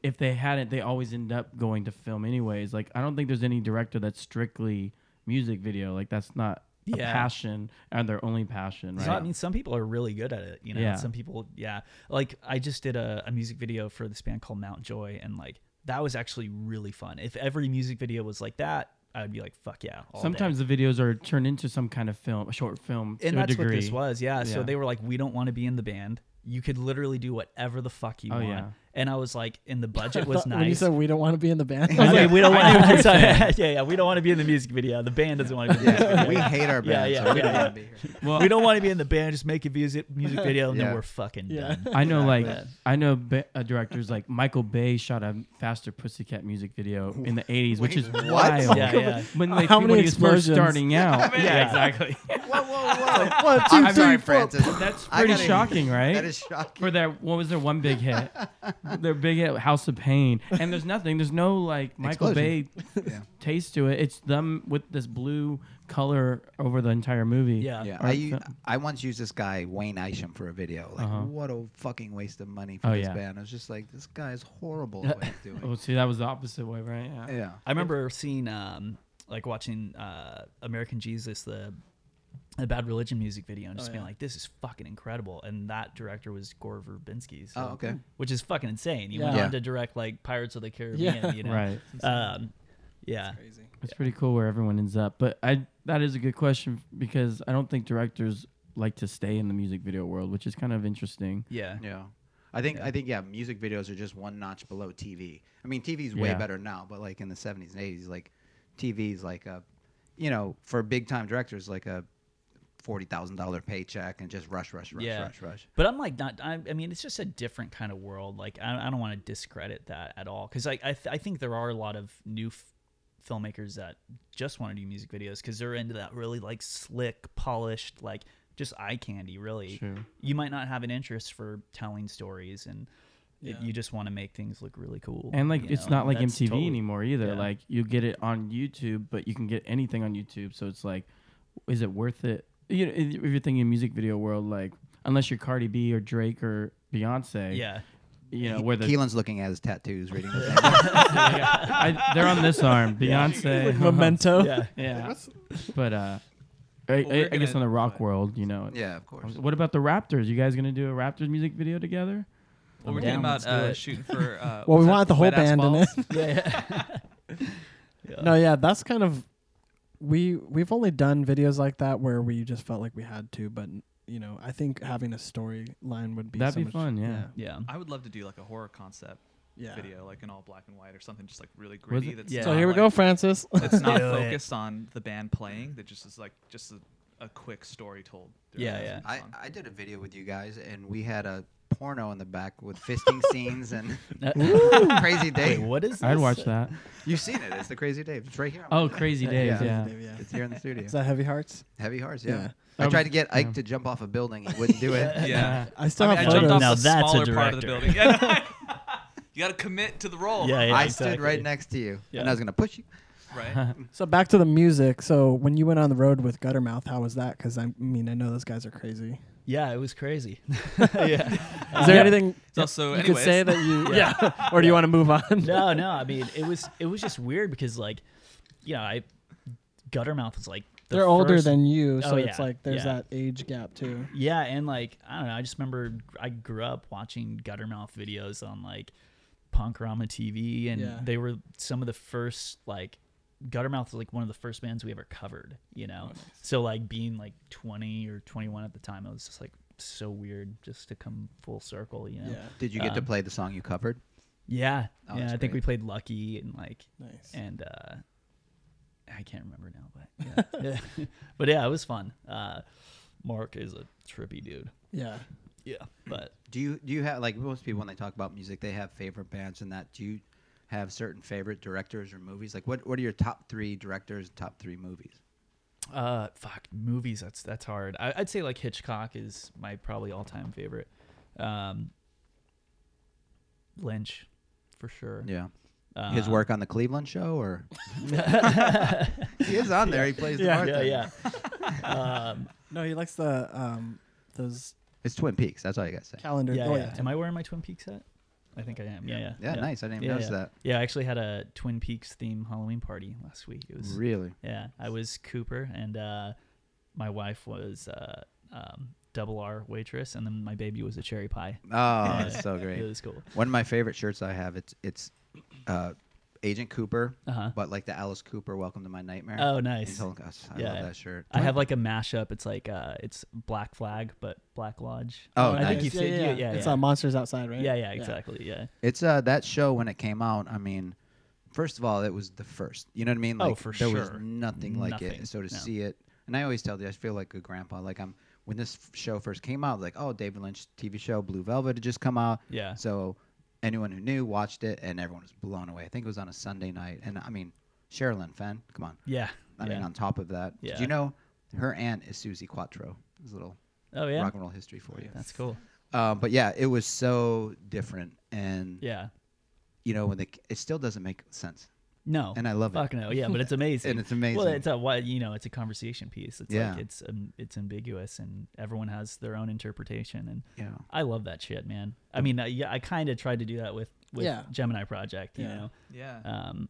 if they hadn't, they always end up going to film anyways. Like I don't think there's any director that's strictly music video. Like that's not a
Yeah.
passion and their only passion, right?
So, I mean, some people are really good at it, you know.
Yeah.
Some people, yeah. Like I just did a, a music video for this band called Mount Joy, and like that was actually really fun. If every music video was like that, I'd be like, fuck yeah. all day.
Sometimes the videos are turned into some kind of film, a short film to
and
a
that's
degree.
what this was, yeah. So
Yeah.
they were like, we don't want to be in the band. You could literally do whatever the fuck you
Oh,
want.
yeah.
And I was like, and the budget
I
was
thought When you
nice.
said we don't want to be in the band,
I was like, we don't
I know
want
what
to.
you're
yeah, yeah. We don't want to be in the music video. The band doesn't want to be. In the music video.
we hate our
Yeah,
band,
yeah,
so we
yeah,
don't
yeah.
want to be here.
Well,
we don't want to be in the band. Just make a music music video, and
Yeah.
then we're fucking
Yeah.
done.
I know, like,
Exactly.
I know ba- uh, directors like Michael Bay shot a faster Pussycat music video in the 80s, which is
Wait, what?
wild.
Yeah, yeah.
When, they,
How
when
many
he was first
explosions?
starting out.
Yeah, exactly.
Whoa, whoa, whoa!
One, two,
I'm
three,
sorry,
four.
Francis.
That's
I
pretty
gotta-
shocking, right?
That is shocking.
For their, what was their one big hit? their big hit, House of Pain. And there's nothing, there's no, like, Michael
Explosion.
Bay
Yeah.
taste to it. It's them with this blue color over the entire movie.
Yeah.
Yeah,
Or
I, u-
film.
I once used this guy Wayne Isham for a video. Like,
Uh-huh.
what a fucking waste of money for
Oh,
this
yeah.
band. I was just like, this guy is horrible at what he's doing.
Oh, see, that was the opposite way, right? Yeah.
yeah,
I remember seeing, um, like, watching uh, American Jesus, the the Bad Religion music video,
Oh,
and just being like, "This is fucking incredible." And that director was Gore Verbinski. So,
Oh, okay.
Which is fucking insane. He went
Yeah.
on to direct like Pirates of the Caribbean.
Yeah.
You know.
Right.
Um, yeah.
Crazy.
It's pretty cool where everyone ends up. But I that is a good question because I don't think directors like to stay in the music video world, which is kind of interesting.
Yeah.
yeah. I think I think yeah, music videos are just one notch below TV. I mean, TV's way
Yeah.
better now, but like in the '70s and '80s, like TV's like a, you know, for big time directors, like a forty thousand dollar paycheck and just rush, rush, rush,
Yeah.
rush, rush.
But I'm like not. I, I mean, it's just a different kind of world. Like I, I don't want to discredit that at all because I I, th- I think there are a lot of new f- filmmakers that just want to do music videos because they're into that really like slick, polished, like just eye candy. Really,
True.
you might not have an interest for telling stories and. it- you just want to make things look really cool,
And like
you
it's
know?
not like
That's
MTV
totally-
anymore either.
yeah.
Like you get it on YouTube, but you can get anything on YouTube. So it's like, is it worth it? You know, if you're thinking music video world, like unless you're Cardi B or Drake or Beyonce,
Yeah,
you know Uh, where the
Keelan's looking at his tattoos, reading. the
I, they're on this arm, Beyonce,
Memento.
yeah.
yeah. But uh, I,
Well,
I,
we're
I guess
gonna-
on the rock world, you know,
yeah, of course.
What about the Raptors? You guys gonna do a Raptors music video together?
Well, we're
down,
thinking
let's
about
do
uh,
it.
shooting for. Uh,
Well, we
was that
wanted the whole
Wet Ass
band in it.
Balls?
yeah, yeah.
No, yeah, that's kind of we we've only done videos like that where we just felt like we had to, but you know, I think having a storyline would be
That'd
so
be
much-
fun, yeah.
yeah.
I would love to do like a horror concept
yeah.
video, like in all black and white or something, just like really gritty.
it-
That's
Yeah.
So
not,
here we
like-
go, Francis.
That's not
Do it.
focused on the band playing. That just is like just a, a quick story told. through
Yeah,
it.
yeah.
I,
Fun.
I did a video with you guys, and we had a porno in the back with fisting scenes and Crazy
Wait,
Dave.
what is? This?
I'd watch that.
You've seen it. It's the Crazy Dave. It's right here.
Oh, Crazy Days, yeah.
Yeah.
Yeah.
It's here in the studio.
Is that Heavy Hearts?
Heavy Hearts, yeah.
Yeah.
I
Um,
tried to get Ike
yeah.
to jump off a building. He wouldn't do it.
yeah.
I still
I, mean, I
have
jumped
photos.
off
Now
the
that's a
smaller part of the
director.
building. Yeah. you got to commit to the role.
Yeah, yeah.
I
exactly.
stood right next to you,
Yeah.
and I was gonna push you.
Right.
So back to the music. So when you went on the road with Guttermouth, how was that? Because I mean, I know those guys are crazy.
Yeah, it was crazy. Uh, yeah.
Is there anything
So, so
you
anyways,
could say that you? yeah. or do you want to move on?
No, no. I mean, it was it was just weird because like, you know, I Guttermouth was like the
They're older
first-
than you, so
Oh,
it's
yeah,
like there's
yeah.
that age gap too.
yeah, and like I don't know. I just remember I grew up watching Guttermouth videos on like Punkrama TV, and
Yeah.
they were some of the first like Guttermouth was like one of the first bands we ever covered. You know, so like being like twenty or twenty one at the time, it was just like so weird just to come full circle. You know.
Yeah.
Did you get to
Um,
play the song you covered?
Yeah,
Oh,
yeah. I
that's
think
great.
we played Lucky and like,
Nice.
and uh, I can't remember now, but yeah, yeah. but yeah, it was fun. Uh, Mark is a trippy dude.
Yeah.
Yeah, but
Do you do you have like most people when they talk about music, they have favorite bands and that. Do you have certain favorite directors or movies? Like, what what are your top three directors, top three movies?
uh, fuck movies. That's that's hard. I, I'd say like Hitchcock is my probably all time favorite. Um, Lynch, for sure.
Yeah,
Uh,
his work on the Cleveland Show, or he is on there. He plays the
Yeah.
part.
Yeah,
there.
yeah. um,
No, he likes the um those
It's Twin Peaks. That's all you gotta say.
calendar.
yeah,
oh,
yeah. Am I wearing my Twin Peaks hat? I I think I am. Yeah, yeah.
Yeah, nice. I didn't even
Yeah,
notice
yeah.
that.
Yeah, I actually had a Twin Peaks theme Halloween party last week. It was
Really?
yeah, I was Cooper and uh, my wife was uh, um, double R waitress, and then my baby was a cherry pie.
Oh, that's so
It
great.
was cool.
One of my favorite shirts I have it's it's uh, Agent Cooper,
Uh-huh.
but like the Alice Cooper Welcome to My Nightmare.
Oh, nice.
Oh gosh, I
Yeah.
love that shirt.
I have like a mashup. It's like uh, it's Black Flag, but Black Lodge.
Oh,
I think
nice.
you said yeah, yeah, yeah.
It's on Monsters Outside, right?
yeah, yeah, exactly. Yeah.
It's uh that show when it came out. I mean, first of all, it was the first. You know what I mean?
Oh,
Like,
for
there
sure.
was nothing like
Nothing.
it. So to
No.
see it, and I always tell you, I feel like a grandpa. Like I'm when this f- show first came out, like oh, David Lynch TV show Blue Velvet had just come out.
Yeah.
So anyone who knew watched it, and everyone was blown away. I think it was on a Sunday night, and I mean, Sherilyn Fenn. Come on.
Yeah.
I
yeah.
mean, on top of that, did
Yeah.
you know her aunt is Susie Quattro? This little
oh yeah.
rock and roll history for you.
That's cool.
Um, but yeah, it was so different, and
Yeah.
you know, when the it still doesn't make sense.
No.
And I love it.
Fuck no. Yeah, but it's amazing.
And it's
Well,
amazing.
it's a why you know, it's a conversation piece. It's
Yeah.
like it's um, it's ambiguous and everyone has their own interpretation and
Yeah.
I love that shit, man. I mean, I, yeah, I kind of tried to do that with with
Yeah.
Gemini Project, you
Yeah.
know.
Yeah.
Um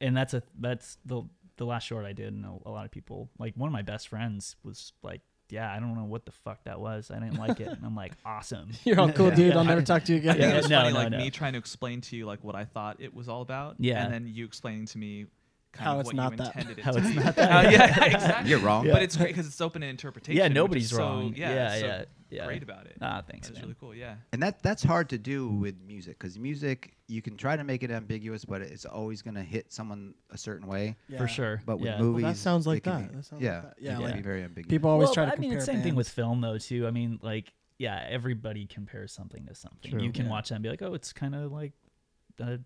and that's a that's the the last short I did and a, a lot of people like one of my best friends was like, "Yeah, I don't know what the fuck that was. I didn't like it." And I'm like, "Awesome."
You're all cool, dude.
Yeah.
I'll never talk to you
I
again.
think
Yeah.
it was
No,
funny,
no,
like
no.
me trying to explain to you like what I thought it was all about,
Yeah.
and then you explaining to me kind
How
of
it's
what
not
you
that.
intended it
How
to
it's
be.
not that.
How- yeah, exactly.
You're wrong.
But it's great because it's open to interpretation.
yeah,
which
nobody's
is so-
wrong.
yeah,
yeah,
so
yeah, yeah.
Great about it.
Ah, thanks,
That's
man.
really cool. Yeah.
And that that's hard to do with music because music you can try to make it ambiguous, but it's always gonna hit someone a certain way.
For sure.
But with
yeah.
movies,
that sounds like
it can
that.
Be,
That sounds like
yeah,
that. Yeah,
it can
like-
be very ambiguous.
People always
well,
try
but
to
I mean,
compare.
it's same thing
bands.
with film though too. I mean, like yeah, everybody compares something to something.
True.
You can
Yeah.
watch that and be like, oh, it's kind of like uh,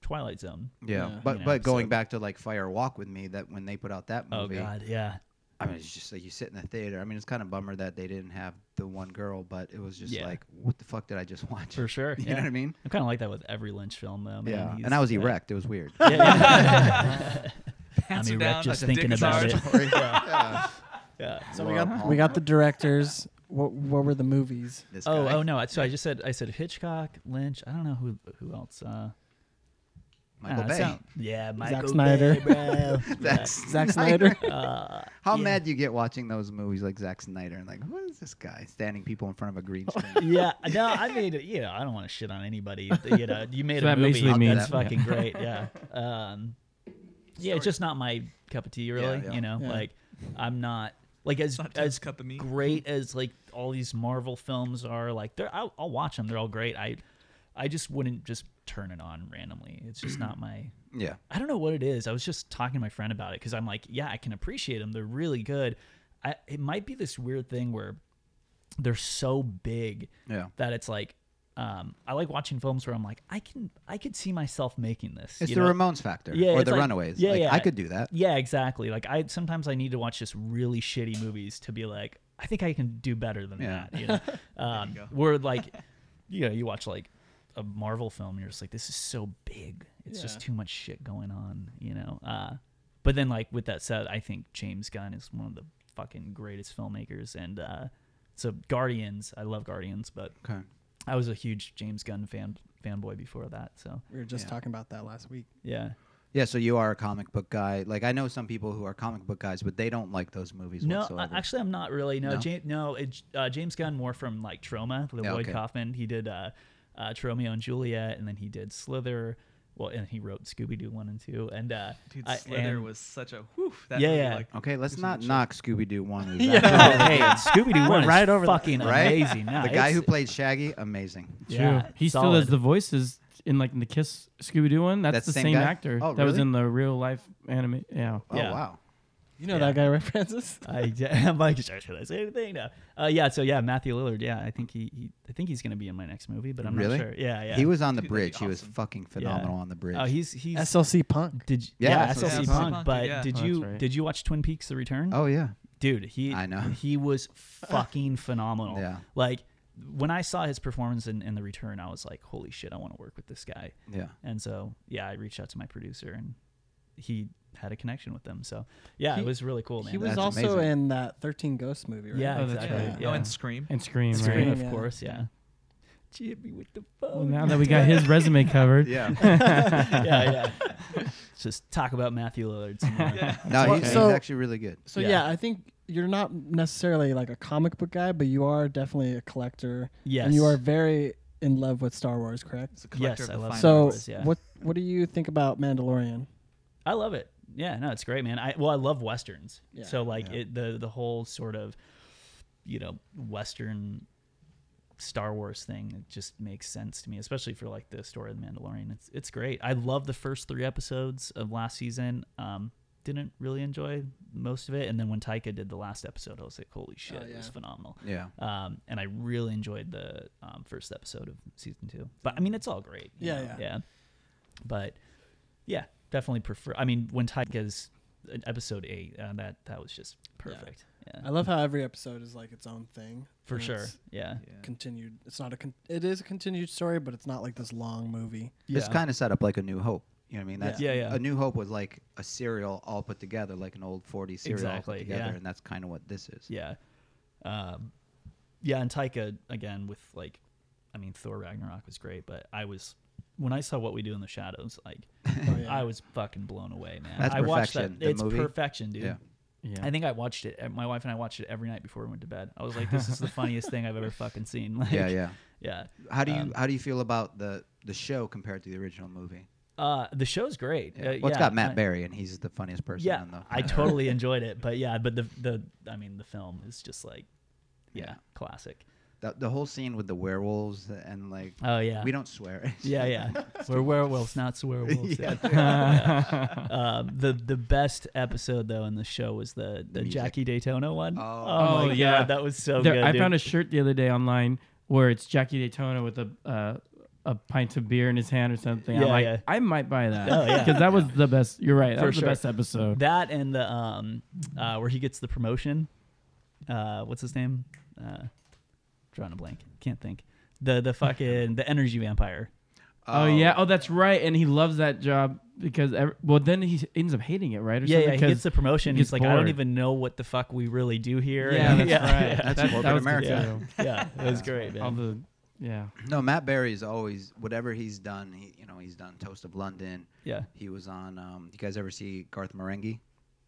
Twilight Zone.
yeah,
Yeah.
but
You know,
but going
so-
back to like Fire Walk with Me, that when they put out that
Oh
movie,
God, yeah,
I mean, it's just like you sit in the theater. I mean, it's kind of bummer that they didn't have the one girl, but it was just
Yeah.
like, what the fuck did I just watch?
for sure.
You
yeah.
know what I mean?
I'm kind of like that with every Lynch film though. Man.
yeah.
He's-
And I was
yeah.
erect. It was weird.
Yeah, yeah.
Pants are
erect
down,
just
a
thinking
dick is
about
hard.
it.
Yeah.
Yeah.
So we
Laura
got
uh-huh.
Palmer.
we got the directors. What what were the movies?
This
Oh,
guy,
oh no! I- So I just said I said Hitchcock, Lynch. I don't know who who else. Uh,
Michael
uh,
Bay.
sound- yeah, Michael
Snyder.
Bay, bro. Yeah.
That's-
Zack Snyder.
Uh,
How
yeah.
mad you get watching those movies like Zack Snyder and like, what is this guy standing people in front of a green screen?
yeah, no, I made it. You know, I don't want to shit on anybody. You know, you made
So
a
that
movie.
basically means-
That's fucking great. Yeah. Um, yeah, it's just not my cup of tea, really.
yeah.
You know,
Yeah.
like I'm not like as
Not
as
as cup of me.
great as like all these Marvel films are. Like, they're I'll, I'll watch them. They're all great. I I just wouldn't just turn it on randomly. It's just not my.
yeah.
I don't know what it is. I was just talking to my friend about it because I'm like, yeah, I can appreciate them. They're really good. I, it might be this weird thing where they're so big
Yeah.
that it's like um, I like watching films where I'm like I can I could see myself making this.
It's
you
the
know?
Ramones factor
Yeah,
or
it's
the
like-
Runaways.
yeah,
like,
yeah.
I could do that.
Yeah, exactly. Like I sometimes I need to watch just really shitty movies to be like I think I can do better than
Yeah.
that. You know, um, where like you know you watch like a Marvel film, and you're just like this is so big. It's just
Yeah.
too much shit going on. You know. Uh, but then like with that said, I think James Gunn is one of the fucking greatest filmmakers, and uh, so Guardians. I love Guardians, but
Okay.
I was a huge James Gunn fan fanboy before that. So
We were just
Yeah.
talking about that last week.
yeah,
Yeah. So you are a comic book guy. Like I know some people who are comic book guys, but they don't like those movies
no, I,
whatsoever.
actually, I'm not really. No,
No?
James, no, it, uh, James Gunn more from like Trauma, the
Yeah,
Lloyd
okay.
Kaufman. He did uh, uh, Tromeo and Juliet, and then he did Slither. Well, and he wrote Scooby Doo one and two, and uh,
Dude,
I-
Slither
and-
was such a whew. That
Yeah,
movie,
yeah.
Like,
okay. Let's
Who's in
not
the show?
knock Scooby Doo one.
Oh,
yeah.
hey, Scooby Doo one
right
is
over that.
fucking
Right?
amazing. Nah,
The guy who
it's-
played Shaggy, amazing.
True.
yeah,
he still
solid.
does the voices in like in the Kiss Scooby Doo one. That's,
That's
the
the
same,
same guy?
actor
Oh,
that was
really?
in the real life anime. Yeah.
Oh
Yeah.
wow.
You know
Yeah.
that guy, right, Francis?
I, am like, should I say anything? No. Uh, yeah, so yeah, Matthew Lillard. Yeah, I think he, he I think he's gonna be in my next movie, but I'm
Really?
not sure. Yeah, yeah.
He was on the
Dude, that'd be
bridge. He was
awesome.
fucking
Yeah.
phenomenal on the bridge.
Oh, he's he's.
SLC Punk.
did you,
Yeah,
yeah,
that's what
SLC
it is.
Punk,
Punk,
but
yeah.
did
Oh,
you
that's right.
did you watch Twin Peaks: The Return?
Oh, yeah.
dude, he
I know.
he was fucking phenomenal.
Yeah.
like when I saw his performance in, in The Return, I was like, holy shit, I want to work with this guy.
Yeah.
And so yeah, I reached out to my producer, and he had a connection with them. So yeah,
He-
it was really cool, man.
He was
That's
also
amazing.
in that Thirteen Ghosts movie, right?
yeah,
Oh, that's
exactly.
right.
Yeah.
Oh, and Scream.
And Scream,
Scream,
right?
of
yeah.
course, yeah. Jimmy with the
Well,
phone.
now that we got his resume covered,
Yeah.
yeah, yeah. Let's Just talk about Matthew Lillard. Some more.
no,
So-
he- he's
so-
actually really good.
So
Yeah.
yeah. I think you're not necessarily like a comic book guy, but you are definitely a collector.
Yes.
And you are very in love with Star Wars, correct?
It's a collector
Yes,
of
I
the
love
fine
so
Wars, yeah.
what what do you think about Mandalorian?
I love it. Yeah, no, it's great, man. I well, I love westerns.
Yeah.
so like it, the the whole sort of, you know, western Star Wars thing it just makes sense to me, especially for like the story of the Mandalorian. It's it's great. I love the first three episodes of last season. Um, didn't really enjoy most of it, and then when Taika did the last episode, I was like, holy shit, it was
Oh, yeah.
phenomenal.
Yeah.
Um, and I really enjoyed the um, first episode of season two. But I mean, it's all great. you
Yeah,
know,
yeah.
But yeah, definitely prefer. I mean, when Taika's uh, episode eight, uh, that that was just perfect. Yeah,
I love how every episode is like its own thing.
for
and
sure.
it's
Yeah.
Continued. It's not a. Con- it is a continued story, but it's not like this long movie.
It's kind of set up like a New Hope. You know what I mean? That's,
Yeah, yeah.
A New Hope was like a serial all put together, like an old 40s serial all
Exactly,
put together,
yeah.
and that's kind of what this is.
yeah, um, yeah. And Taika again with like, I mean, Thor Ragnarok was great, but I was when I saw what we do in the shadows, like,
Oh, yeah.
I was fucking blown away, man.
That's
I watched
perfection,
that.
the
it's
movie.
perfection, dude.
Yeah.
yeah.
I think I watched it. uh, My wife and I watched it every night before we went to bed. I was like, "This is the funniest thing I've ever fucking seen." Like,
Yeah, yeah.
yeah.
How do you
Um,
how do you feel about the the show compared to the original movie?
Uh, the show's great.
Yeah.
Uh,
well, it's
yeah,
got Matt
I-
Berry, and he's the funniest person.
Yeah,
in the
I
entire-
totally enjoyed it, but yeah, but the the I mean, the film is just like, yeah,
Yeah.
classic.
The, the whole scene with the werewolves and like
Oh yeah,
we don't swear.
Yeah, yeah, we're werewolves, not werewolves.
Yeah.
Um, the the best episode though in the show was the the,
music.
Jackie Daytona one.
Oh.
my
Oh,
God,
yeah.
that was so
There-
good.
I
dude.
found a shirt the other day online where it's Jackie Daytona with a uh, a pint of beer in his hand or something.
Yeah,
I'm like,
yeah.
I might buy that.
Oh, yeah.
Because that was the best. You're right. That
For
was
sure.
the best episode.
That and the um, uh, where he gets the promotion. Uh, what's his name? Uh, drawing a blank. Can't think. The the fucking the energy vampire.
oh,
Um,
yeah. Oh, that's right. And he loves that job because, ev well, then he ends up hating it, right? Or
Yeah, yeah.
something,
He
'cause
gets the promotion.
he
He's
gets
like, I don't
bored.
even know what the fuck we really do here.
Yeah,
And-
that's right.
yeah,
That's
that,
corporate
that was
America.
good,
Yeah, yeah, it was great,
too. All
man.
the, yeah.
No, Matt Berry's always whatever he's done. He you know he's done Toast of London.
Yeah.
He was on. Um, you guys ever see Garth Marenghi?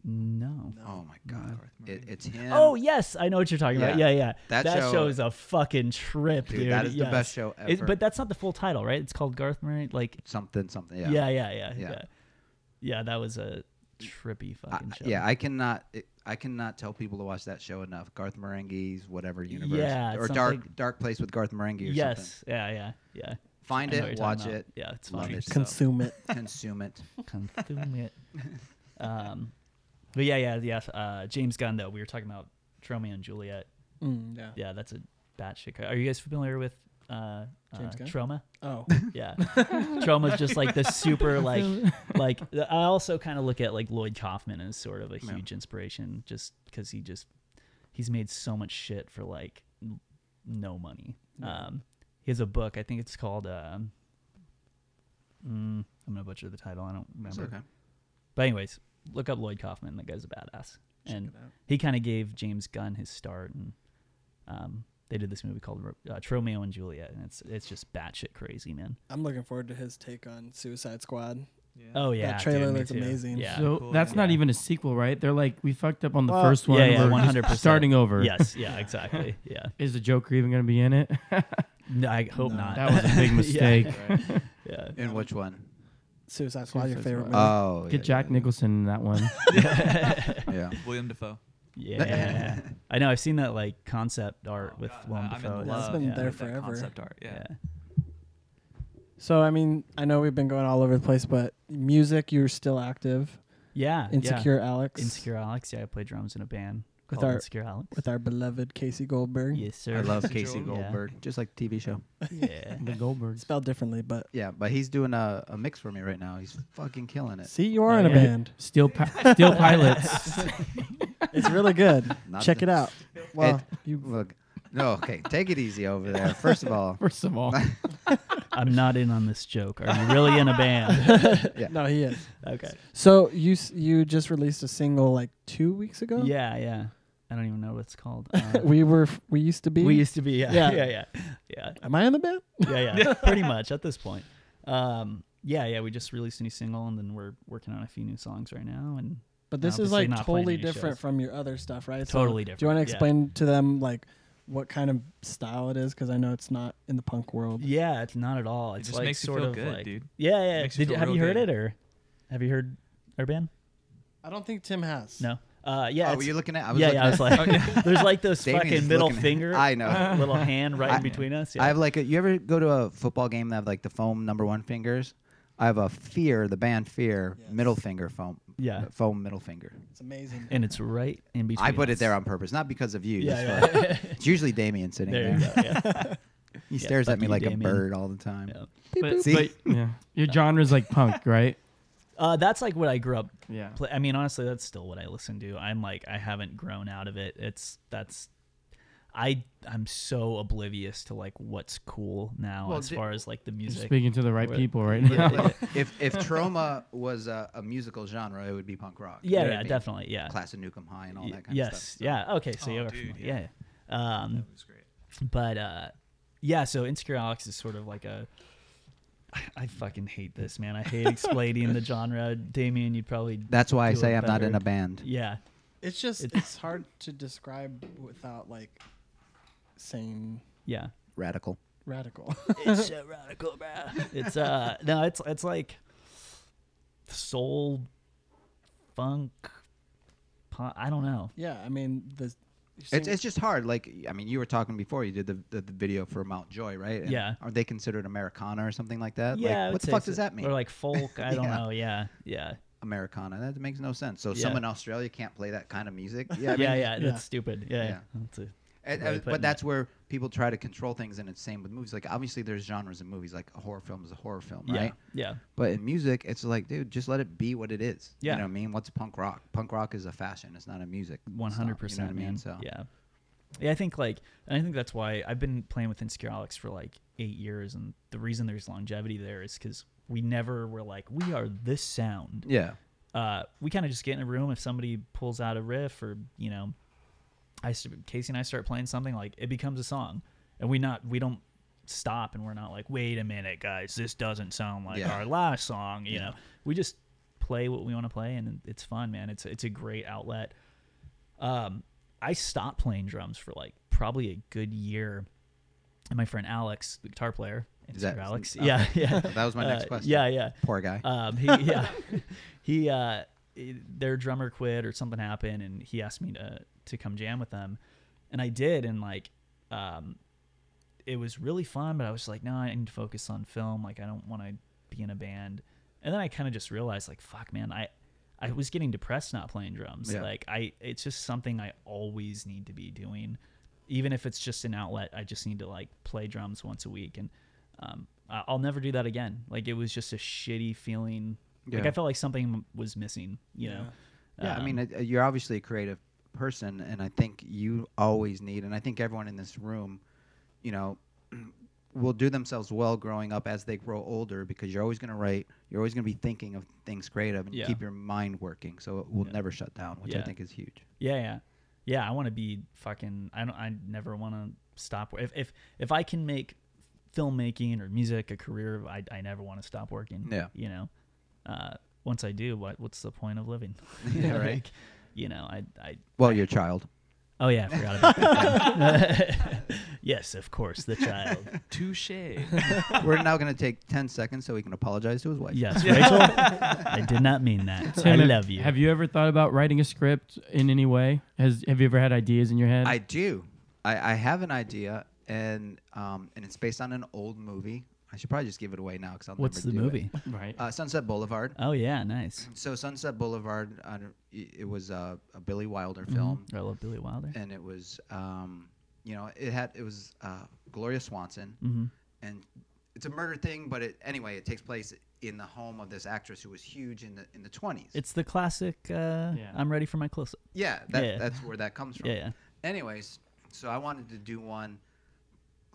No.
Oh my God, it, it's him.
Oh yes, I know what you're talking about. Yeah,
Yeah.
yeah. That,
That
show,
show-
is a fucking trip, dude.
Dude, that is the
yes.
best show
It-
ever.
but that's not the full title, right? It's called Garth Marenghi. Like,
something something.
yeah, yeah, yeah, yeah, yeah.
Yeah.
that was a trippy
I,
fucking show.
yeah, I cannot. It, I cannot tell people to watch that show enough. Garth Marenghi's whatever universe,
Yeah,
or
something-
dark dark place with Garth Marenghi. Or
yes.
something.
Yeah, yeah, yeah.
find
I know what you're
it,
talking
watch
about.
it,
Yeah, it's
love
fun.
it, so
Consume it.
consume it.
Consume it. Um, but yeah, yeah, yeah. Uh, James Gunn though, we were talking about Romeo and Juliet.
Mm, yeah.
Yeah, that's a batshit. cra- Are you guys familiar with uh,
James
uh,
Gunn?
Trauma?
Oh.
Yeah. Trauma's just like this super like like I also kind of look at like Lloyd Kaufman as sort of a huge inspiration just cuz he just he's made so much shit for like n- no money. Um he has a book, I think it's called um mm, I'm going to butcher the title. I don't
It's
remember.
okay.
But anyways, look up Lloyd Kaufman. That guy's a badass, and he kind of gave James Gunn his start, and um, they did this movie called Ro- uh, Romeo and Juliet, and it's it's just batshit crazy, man.
I'm looking forward to his take on Suicide Squad.
Oh yeah, dude,
trailer
me
looks
too.
amazing.
Yeah,
so
cool,
that's
yeah.
not
Yeah.
even a sequel, right? They're like, we fucked up on the
Well,
first one.
yeah, yeah,
we're just
100%.
Starting over.
yes, yeah, exactly. Yeah,
Is the Joker even going to be in it?
no, I hope
No.
not. Oh,
that was a big mistake.
yeah,
In which one?
Suicide Squad, your
Suicide
favorite movie.
Squad.
Oh, yeah,
Get Jack
yeah,
Nicholson in that one.
Yeah.
William Defoe.
yeah. I know. I've seen that like concept art with
Uh,
Willem
Oh, I'm in
Dafoe.
love.
That's been
yeah.
there
with that
forever.
Concept art. Yeah.
Yeah.
So I mean, I know we've been going all over the place, but music, you're still active.
yeah, yeah.
Insecure Alex.
Insecure Alex. Yeah, I play drums in a band
With
called
our-
Insecure Alex.
with our beloved Casey Goldberg.
yes, sir.
I love
Jessica
Casey
Jones.
Yeah.
Goldberg, just like TV show.
Yeah.
the Goldbergs.
Spelled differently, but
Yeah, but he's doing a, a mix for me right now. He's fucking killing it.
see, you are in a
Yeah.
band.
Steel, pi- steel pilots.
It's really good.
Not
Check
the-
it out. Wow.
It- you look. No, okay, take it easy over there. First of all,
First of all,
I'm not in on this joke. Are you really in a band?
No, he is.
okay.
So you s- you just released a single like two weeks ago.
Yeah, yeah. I don't even know what it's called. Uh,
We were f- we used to be.
we used to be. Yeah, yeah,
Yeah.
yeah. yeah,
Am I on the band?
yeah, yeah. pretty much at this point. Um, yeah, yeah. We just released a new single, and then we're working on a few new songs right now. And
But this is
obviously
like
not playing
totally
any shows.
different from your other stuff, right?
Totally
Do you want to
different, yeah.
explain to them like what kind of style it is? Because I know it's not in the punk world.
Yeah, it's not at all. It's
just
like
makes you
sort
feel
of
good,
like,
dude.
Yeah, yeah.
Makes you
Did-
feel
have you
real
heard
good.
it or have you heard our band?
I don't think Tim has.
No. Uh, yeah.
Oh,
it's-
were you looking at? I was
yeah,
looking
yeah. I was
at-
like, there's like this
Damien's
fucking
just
middle
looking at-
finger.
I know.
Little hand right
I-
in between us. Yeah.
I have like a. You ever go to a football game that have like the foam number one fingers? I have a fear, the band fear,
Yes.
middle finger foam. uh,
Yeah.
Foam middle finger.
It's amazing.
and it's right in between.
I put it
us.
there on purpose, not because of you.
Yeah,
just for-
yeah.
it's usually Damien sitting
there
there.
you go. Yeah.
He stares at
fuck
me
you,
like
Damien.
a bird all the time.
Yeah.
But, See,
Yeah. Your genre's like punk, right?
Uh, that's like what I grew up.
Yeah.
Play. I mean, honestly, that's still what I listen to. I'm like, I haven't grown out of it. It's that's. I I'm so oblivious to like what's cool now
Well,
as
di-
far as like the
You're
music.
speaking to the right
Right.
people right now.
like, if if trauma was a, a musical genre, it would be punk rock. You
Yeah,
know what I
yeah,
mean?
definitely, yeah.
Class of Newcomb High and all
Y-
that kind
yes,
of stuff.
yeah. Okay, so you
Oh,
are
dude,
familiar. yeah. yeah. Um,
It was great.
but uh yeah so insecure alex is sort of like a i fucking hate this man i hate explaining the genre damien you'd probably
That's why I
do it
say I'm not in
better.
a band.
yeah
It's just
It's-
it's hard to describe without like saying
yeah
Radical.
radical.
it's so radical bruh. it's uh no it's it's like soul funk pop, i don't know
yeah, I mean the. you're
It's,
saying-
it's just hard. Like I mean, you were talking before you did the, the, the video for Mount Joy, right? And
Yeah.
Are they considered Americana or something like that?
yeah
Like,
I would
what the
say
fuck
so.
does that mean?
or like folk i don't
Yeah.
know yeah yeah
Americana. That makes no sense. So
Yeah.
someone in Australia can't play that kind of music. Yeah. I
yeah,
mean,
yeah,
yeah.
that's stupid. Yeah,
Yeah.
That's a-
and-
way of
and-
putting
but that's where people try to control things, and it's same with movies. Like obviously, there's genres in movies. Like a horror film is a horror film,
yeah,
right?
yeah,
But in music, it's like, dude, just let it be what it is.
Yeah.
You know what I mean? What's punk rock? Punk rock is a fashion. It's not a music. style,
One hundred percent,
You know what I
man.
mean? So
Yeah, yeah. I think like, and I think that's why I've been playing with Insecure Alex for like eight years, and the reason there's longevity there is because we never were like, we are this sound.
yeah.
Uh, we kind of just get in a room if somebody pulls out a riff or you know, I st- Casey and I start playing something like it becomes a song, and we not we don't stop and we're not like, wait a minute, guys, this doesn't sound like
Yeah.
our last song. You know, we just play what we want to play, and it's fun, man. It's it's a great outlet um, I stopped playing drums for like probably a good year. And my friend Alex, the guitar player, and
Is that-
Alex,
okay.
yeah, yeah,
That was my next
Uh,
question.
Yeah, yeah.
Poor guy.
Um, he, yeah, he, uh, i- their drummer quit or something happened, and he asked me to to come jam with them, and I did, and like, um, it was really fun, but I was like, no, I need to focus on film. Like, I don't want to be in a band. And then I kind of just realized, like, fuck, man, I, I was getting depressed not playing drums.
Yeah.
Like, I, it's just something I always need to be doing, even if it's just an outlet. I just need to like play drums once a week, and um, I- I'll never do that again. Like, it was just a shitty feeling. Like,
Yeah.
I felt like something was missing. You know?
Yeah, I mean,
Um,
uh, you're obviously a creative person, and I think you always need, and I think everyone in this room, you know, will do themselves well growing up as they grow older because you're always going to write, you're always going to be thinking of things creative, and
Yeah.
keep your mind working, so it will never shut down, which I
Yeah.
think is huge.
Yeah, yeah, yeah. I want to be fucking. I don't. I never want to stop. If if if I can make filmmaking or music a career, I I never want to stop working.
Yeah.
You know, uh, once I do, what what's the point of living?
Yeah, right.
Like, you know, I I.
Well, your child.
Oh yeah, I forgot about that. yes, of course, the child.
Touche.
We're now going to take 10 seconds so he can apologize to his wife.
Yes, Rachel. I did not mean that.
Tim,
I
have-
love you.
Have you ever thought about writing a script in any way? Has have you ever had ideas in your head?
I do. I, I have an idea, and um, and it's based on an old movie. I should probably just give it away now because I'll
What's
never
the
do it.
movie?
right.
Uh, Sunset Boulevard.
Oh yeah, nice.
So Sunset Boulevard, I don't- i- it was a, a Billy Wilder
Mm-hmm.
film,
I love Billy Wilder.
and it was, um, you know, it had it was uh, Gloria Swanson, and it's a murder thing, but it, anyway, it takes place in the home of this actress who was huge in the in the twenties.
It's the classic. Uh,
Yeah.
I'm ready for my close up.
yeah, that,
yeah.
that's where that comes from.
Yeah, yeah.
Anyways, so I wanted to do one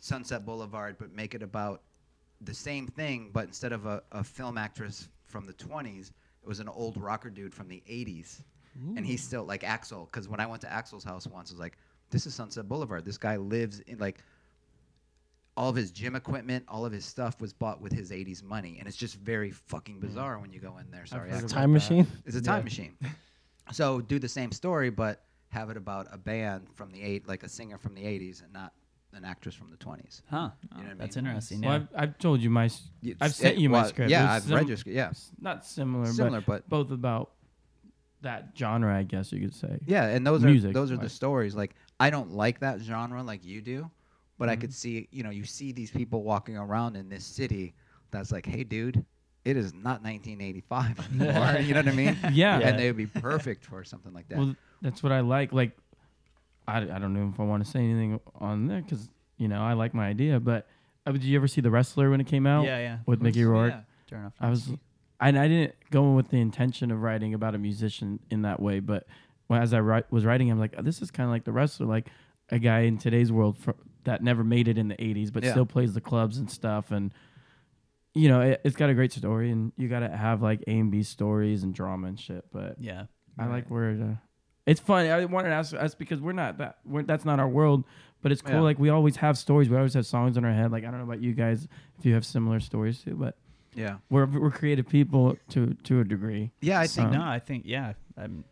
Sunset Boulevard, but make it about the same thing, but instead of a, a film actress from the 20s, it was an old rocker dude from the 80s. And he's still like Axel, because when I went to Axel's house once, I was like, this is Sunset Boulevard. This guy lives in like all of his gym equipment, all of his stuff was bought with his 80s money. And it's just very
Mm.
fucking bizarre when you go in there. Sorry.
heard
I-
about
Time machine.
It's a time machine. So do the same story, but have it about a band from the eight, like a singer from the 80s and not an actress from the 20s.
Huh.
You know what I
That's
mean?
interesting.
Well,
yeah.
I've, I've told you my. s-
You-
I've
s- eh,
sent you my
well,
script.
Yeah,
It's
I've
sim-
read your script. Yeah.
Not similar,
Similar, but-
both about that genre, I guess you could say.
Yeah, and those are
Music,
those are the
like-
stories. Like I don't like that genre like you do, but I
Mm-hmm.
could see you know you see these people walking around in this city that's like, hey, dude, it is not 1985 anymore. you know what I mean?
Yeah.
And they would be perfect for something like that.
Well, that's what I like. Like, I, I don't know if I want to say anything on there because you know I like my idea. But uh, did you ever see the wrestler when it came out?
Yeah, yeah.
With Mickey Oh. Rourke,
Yeah.
Fair enough.
I was, and I didn't go in with the intention of writing about a musician in that way. But when, as I write, was writing, I'm like, oh, this is kind of like the wrestler, like a guy in today's world fr that never made it in the '80s, but
Yeah.
still plays the clubs and stuff, and. You know, it, it's got a great story, and you got to have like A and B stories and drama and shit. But
Yeah.
I like where it, uh, it's funny. I wanted to ask us because we're not that we're, that's not our world, but it's cool.
Yeah.
Like we always have stories. We always have songs in our head. Like I don't know about you guys if you have similar stories too, but
yeah.
we're we're creative people to to a degree.
Yeah, I think.
Um,
no, I think yeah. I'm,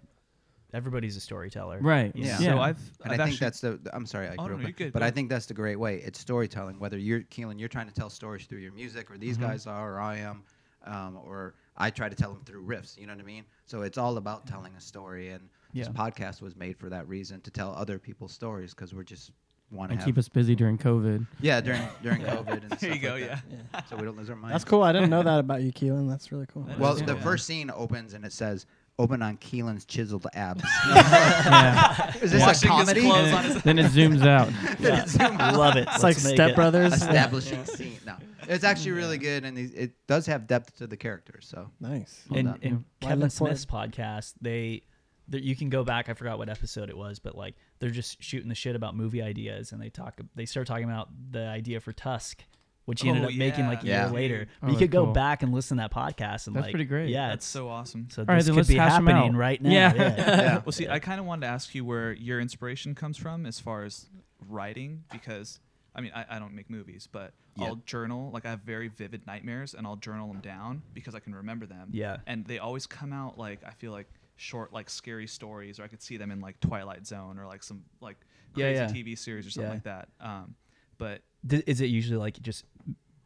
everybody's a storyteller.
Right.
Yeah.
Yeah.
So I've,
And
I've
I think
actually-
that's the. I'm sorry, I
Uh, Oh,
grew
no,
up,
you're good,
but
go
I
ahead.
think that's the great way. It's storytelling. Whether you're Keelan, you're trying to tell stories through your music, or these guys are, or I am, um, or I try to tell them through riffs. You know what I mean? So it's all about telling a story, and this
Yeah.
podcast was made for that reason to tell other people's stories because we're just want to
And
have.
keep us busy during COVID.
yeah, during during COVID and
There you
stuff
go.
like
yeah.
that, So we don't lose our mind.
That's cool. I didn't know that about you, Keelan. That's really cool.
That
Well,
is
the
cool.
first scene opens and it says. Open on Keelan's chiseled abs.
yeah.
Is this
Washing
a
his
comedy?
clothes on
And then- then it zooms out.
Yeah. Love it.
it's like Step Brothers.
establishing scene. No, it's actually really good, and these- it does have depth to the characters. So
Nice.
Well
And,
done.
and
Well, I
Kevin
look forward-
Smith's podcast, they, that you can go back. I forgot what episode it was, but like they're just shooting the shit about movie ideas, and they talk. They start talking about the idea for Tusk, which he ended
Oh,
up making like a
yeah.
year
Yeah.
later. But
Oh,
you could go
cool.
back and listen to that podcast, and
That's
like,
pretty great.
Yeah, it's-
That's so awesome.
So
right,
this
then
could
let's
be
hash 'em
happening
out.
right now.
Yeah.
yeah,
Well, see, I kind of wanted to ask you where your inspiration comes from as far as writing, because I mean, I, I don't make movies, but
Yeah.
I'll journal. Like, I have very vivid nightmares, and I'll journal them down because I can remember them.
Yeah.
And they always come out like I feel like short, like scary stories, or I could see them in like Twilight Zone or like some like
Yeah,
crazy
yeah.
TV series or something
Yeah.
like that. Um, but
D- is it usually like just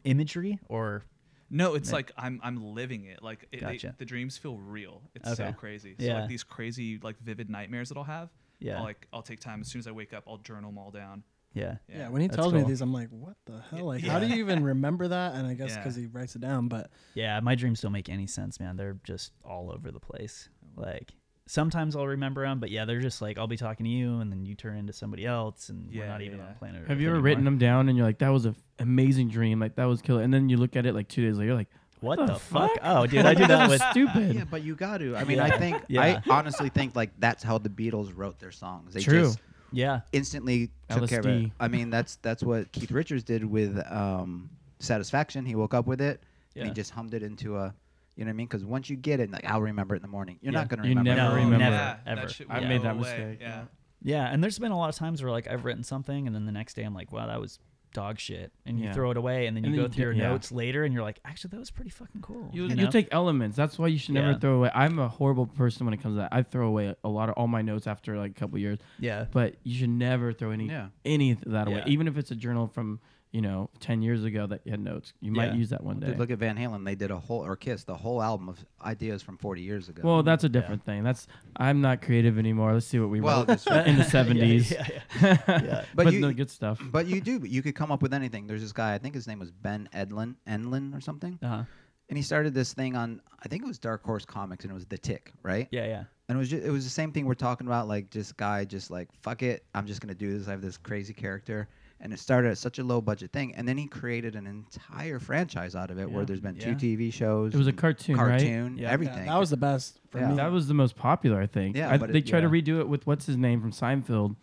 imagery or
no, it's like I'm I'm living it. Like it, they-
Gotcha.
the dreams feel real. It's so
Okay.
crazy. So
Yeah.
like these crazy like vivid nightmares that I'll have.
Yeah.
I'll, like I'll take time as soon as I wake up. I'll journal them all down.
yeah?
Yeah, when he
That's
tells me
cool.
these, I'm like, what the hell? Like, how do you even remember that? And I guess
Yeah.
because he writes it down, but
Yeah, my dreams don't make any sense, man. They're just all over the place. Like sometimes I'll remember them, but yeah, they're just like I'll be talking to you, and then you turn into somebody else, and we're
Yeah,
not
yeah,
even on
yeah.
planet.
Have
Earth
you ever
anymore.
written them down and you're like, that was an amazing dream. Like that was killer. And then you look at it like two days later, you're like,
What the, fuck? Oh, dude, I do that with.
stupid.
yeah, but you got to. I mean, I
Yeah.
think
Yeah.
I honestly think like that's how the Beatles wrote their songs. They
True.
just
Yeah,
instantly took care of it.
LSD.
I mean, that's that's what Keith Richards did with um, Satisfaction. He woke up with it and
Yeah.
he just hummed it into a. You know what I mean? Because once you get it, like I'll remember it in the morning. You're
Yeah.
not gonna
You
remember.
never
it.
No,
remember.
never,
Yeah, that
ever.
shit
I
will
made
go
that
away.
mistake,
Yeah.
yeah, and there's been a lot of times where like I've written something, and then the next day I'm like, wow, that was dog shit, and you
Yeah.
throw it away, and then
And
you
then
go
you
through your
get- yeah.
notes later, and you're like, actually, that was pretty fucking cool.
You,
you
you
know?
take elements. That's why you should never
Yeah.
throw away. I'm a horrible person when it comes to that. I throw away a, a lot of all my notes after like a couple years.
yeah,
But you should never throw any
Yeah.
any of that away.
Yeah.
Even if it's a journal from you know ten years ago that you had notes, you might
Yeah.
use that one day.
Dude, look at Van Halen. They did a whole or Kiss the whole album of ideas from 40 years ago.
well, that's a different thing. That's I'm not creative anymore. Let's see what we
Well,
wrote
that's right.
in the seventies.
yeah, yeah.
But
But,
you-
no good stuff.
But you do. You could come up with anything. There's this guy. I think his name was Ben Edlin, Enlin or something.
Uh-huh.
And he started this thing on. I think it was Dark Horse Comics, and it was The Tick, right?
yeah, yeah.
And it was just, it was the same thing we're talking about. Like just guy, just like fuck it. I'm just gonna do this. I have this crazy character. And it started as such a low budget thing, and then he created an entire franchise out of it, where
Yeah.
there's been two
Yeah.
TV shows.
It was a
and
cartoon, right?
cartoon,
Yeah. Yeah,
everything.
yeah, that was the best for
Yeah.
me.
That was the most popular, I think.
Yeah,
I,
but it-
they tried
yeah.
to redo it with what's his name from Seinfeld,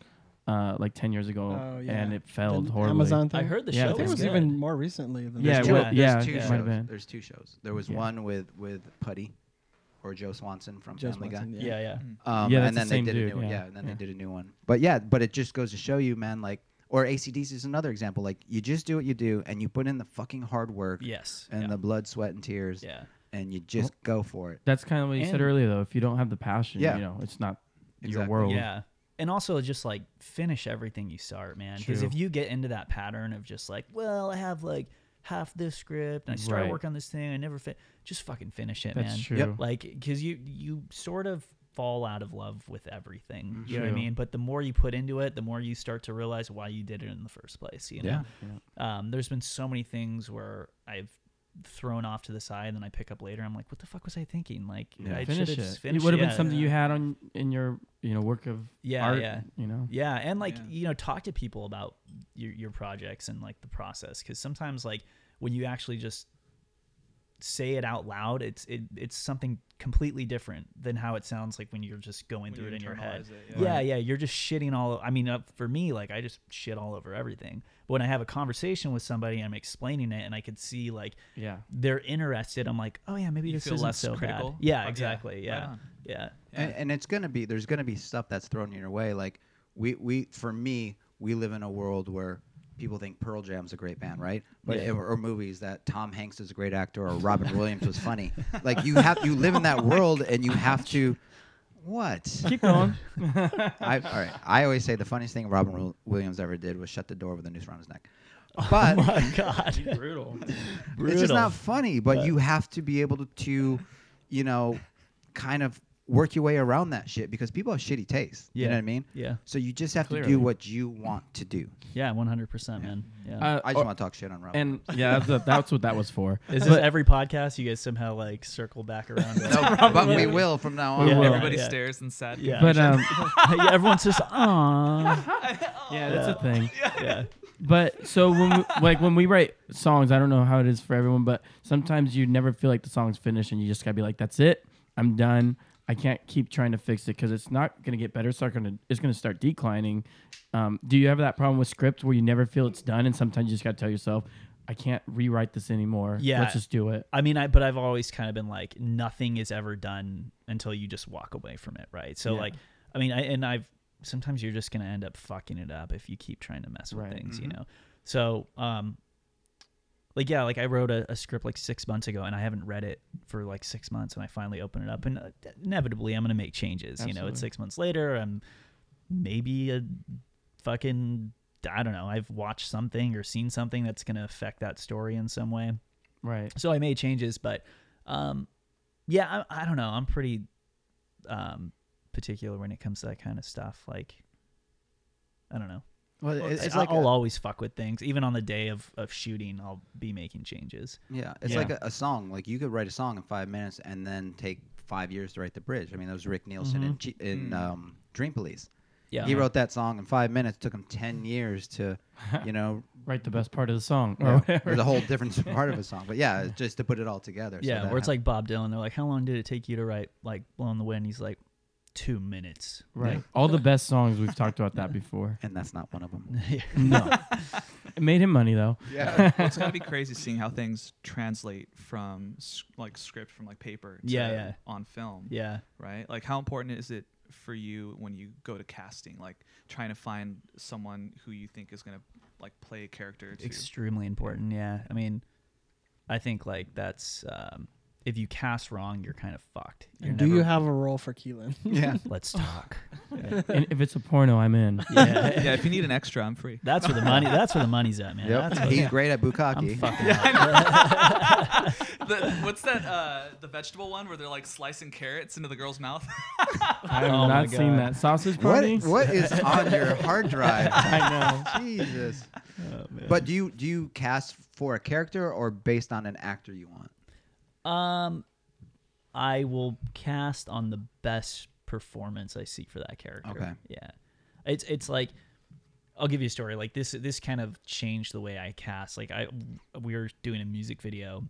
uh, like ten years ago,
Oh, yeah.
and it
The
failed horribly.
Amazon thing.
I heard the
Yeah,
show.
I
I think it was
good.
even more recently than
Yeah, it
There's two,
was-
there's
yeah,
two
it might have
shows.
been.
There's two shows. There was
Yeah.
one with with Putty, or Joe Swanson from
Joe
Family
Swanson,
Guy.
Yeah, yeah.
Um,
Yeah, that's
and then
the
they
same
did a
dude,
new one.
yeah.
Yeah, and then
Yeah.
they did a new one. But yeah, but it just goes to show you, man. Like or ACDC is another example. Like you just do what you do, and you put in the fucking hard work
Yes.
and
yeah.
the blood, sweat, and tears,
Yeah.
and you just go for it.
That's kind of what you said
And-
earlier, though. If you don't have the passion,
Yeah.
you know, it's not your
Exactly.
world.
Yeah. And also just like finish everything you start, man. Because
True.
if you get into that pattern of just like, well, I have like half this script and I start
Right.
work on this thing, I never fit. Just fucking finish it,
That's
man.
true.
Yep.
Like, because you you sort of fall out of love with everything. You know what I
True.
mean? But the more you put into it, the more you start to realize why you did it in the first place. You know.
Yeah.
Um, there's been so many things where I've thrown off to the side and then I pick up later. I'm like, what the fuck was I thinking? Like, I should have
Finish
just
it. it
finished
would have
yeah.
been something you had on in your you know work of
Yeah,
art.
yeah.
You know.
Yeah, and like
Yeah.
you know, talk to people about your your projects and like the process because sometimes like when you actually just say it out loud, it's it, it's something completely different than how it sounds like when you're just going
When
through
you
it in your head.
internalize it,
yeah.
yeah.
yeah, you're just shitting all. I mean, uh, for me, like I just shit all over everything. But when I have a conversation with somebody, and I'm explaining it, and I could see like
Yeah.
they're interested. I'm like, oh yeah, maybe
You
this
feel
isn't
less
so
critical?
bad. Yeah,
Yeah,
exactly.
right
Yeah,
on.
yeah.
And, and it's gonna be there's gonna be stuff that's thrown in your way. Like we we for me we live in a world where people think Pearl Jam's a great band, right? But
Yeah.
or, or movies that Tom Hanks is a great actor or Robin Williams was funny. Like you have you live in that world and you have to. What?
Keep going.
I, all right. I always say the funniest thing Robin Wil- Williams ever did was shut the door with a noose around his neck. But
My Oh, God,
Brutal.
it's just
Brutal.
not funny. But you have to be able to, to, you know, kind of work your way around that shit because people have shitty taste. You
Yeah.
know what I mean?
Yeah.
So you just have to
Clearly.
do what you want to do.
yeah, 100 percent, man. Yeah.
Uh,
I just
or-
want to talk shit on Robin.
and yeah, that's, what- that's what that was for.
Is this every podcast you guys somehow like circle back around? to-
no, but we will from now on.
We will.
Everybody
yeah.
stares and sad.
Yeah.
But um,
yeah, everyone's just ah.
yeah, that's a thing.
Yeah.
But so when we, like when we write songs, I don't know how it is for everyone, but sometimes you never feel like the song's finished, and you just gotta be like, "That's it, I'm done. I can't keep trying to fix it because it's not gonna get better. It's not gonna it's gonna start declining." Um, do you have that problem with script where you never feel it's done, and sometimes you just gotta tell yourself, "I can't rewrite this anymore.
Yeah.
let's just do it."
I mean, I but I've always kind of been like, nothing is ever done until you just walk away from it, right? So
Yeah.
like, I mean, I and I've sometimes you're just gonna end up fucking it up if you keep trying to mess with
Right.
things, you know. So um, like yeah, like I wrote a, a script like six months ago, and I haven't read it for like six months, and I finally open it up, and uh, inevitably I'm gonna make changes. You know,
Absolutely.
it's six months later, I'm maybe a fucking I don't know. I've watched something or seen something that's gonna affect that story in some way
Right.
so I made changes, but um, yeah, I, I don't know. I'm pretty um, particular when it comes to that kind of stuff. Like, I don't know.
well, it- it's like
I'll
a-
always fuck with things. Even on the day of, of shooting, I'll be making changes.
yeah, it's
Yeah.
like a, a song. Like you could write a song in five minutes and then take five years to write the bridge. I mean, that was Rick Nielsen in, G- in
Mm.
um, Dream Police.
Mm-hmm. Yeah,
He wrote that song in five minutes. Took him ten years to, you know,
Write the best part of the song. or
Yeah,
whatever.
there's a whole different part of a song, but yeah, it's just to put it all together. so
yeah.
that
Where it's
hap-
like Bob Dylan. They're like, "How long did it take you to write like Blow in the Wind?" He's like, two minutes."
Right. All the best songs we've talked about that before.
and that's not one of them.
No. it made him money though.
Yeah. well, it's gotta be crazy seeing how things translate from s- like script from like paper. To
Yeah, yeah.
On film.
yeah.
Right. Like, how important is it for you when you go to casting? Like, trying to find someone who you think is gonna like play a character. To,
extremely important yeah i mean i think like that's um if you cast wrong you're kind of fucked You're
Do you
never-
have a role for Keelan?
yeah,
let's talk
And if it's a porno, I'm in.
Oh. yeah
yeah. If you need an extra, I'm free.
that's where the money that's where the money's at man that's what,
he's great at
i'm
bukkake.
fucking
The, what's that? Uh, the vegetable one where they're like slicing carrots into the girl's mouth.
I have
Oh my
not seen
God.
that sausage
What
party.
what is on your hard drive?
I
Jesus.
Oh,
but do you do you cast for a character or based on an actor you want?
um i will cast on the best performance i see for that character
Okay.
yeah it's it's like I'll give you a story. Like this, this kind of changed the way I cast. Like I, we were doing a music video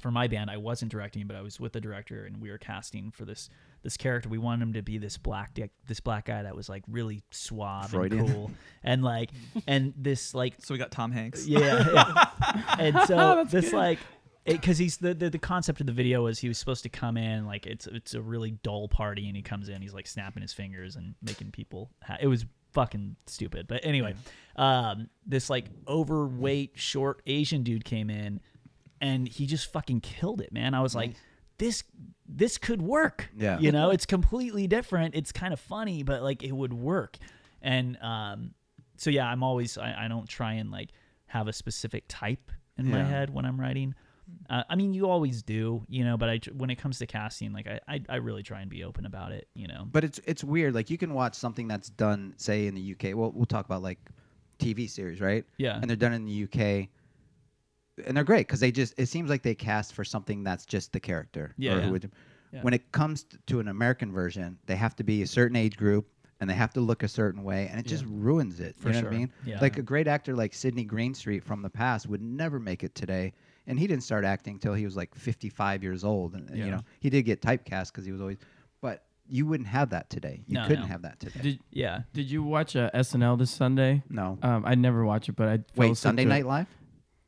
for my band. I wasn't directing, but I was with the director, and we were casting for this this character. We wanted him to be this black dick, this black guy that was like really suave
Freudian.
and cool, and like, and this like
so we got Tom Hanks.
yeah. yeah. and so this like because he's the, the the concept of the video was he was supposed to come in like it's it's a really dull party and he comes in he's like snapping his fingers and making people ha- it was fucking stupid. But anyway, um, this like overweight, short Asian dude came in, and he just fucking killed it, man. I was like, this this could work.
Yeah.
you know, it's completely different. It's kind of funny, but like it would work. And um, so yeah, I'm always I, I don't try and like have a specific type in my
Yeah.
head when I'm writing. Uh, I mean, you always do, you know. But I, tr- when it comes to casting, like I, I, I really try and be open about it, you know.
But it's it's weird. Like you can watch something that's done, say in the UK. Well, we'll talk about like TV series, right?
Yeah.
And they're done in the UK, and they're great because they just it seems like they cast for something that's just the character.
Yeah,
or
yeah.
Who would,
Yeah.
When it comes t- to an American version, they have to be a certain age group and they have to look a certain way, and it just ruins it.
For
you know what
sure.
I mean?
Yeah.
Like a great actor like Sidney Greenstreet from the past would never make it today. And he didn't start acting till he was like 55 years old. And, and,
Yeah.
you know, he did get typecast because he was always, but you wouldn't have that today. You
No,
couldn't
no.
have that today.
Did
yeah,
Did you watch uh, SNL this Sunday?
no.
uh,
Um, I never watch it, but I fell
Wait,
asleep
Sunday
to it.
Night Live?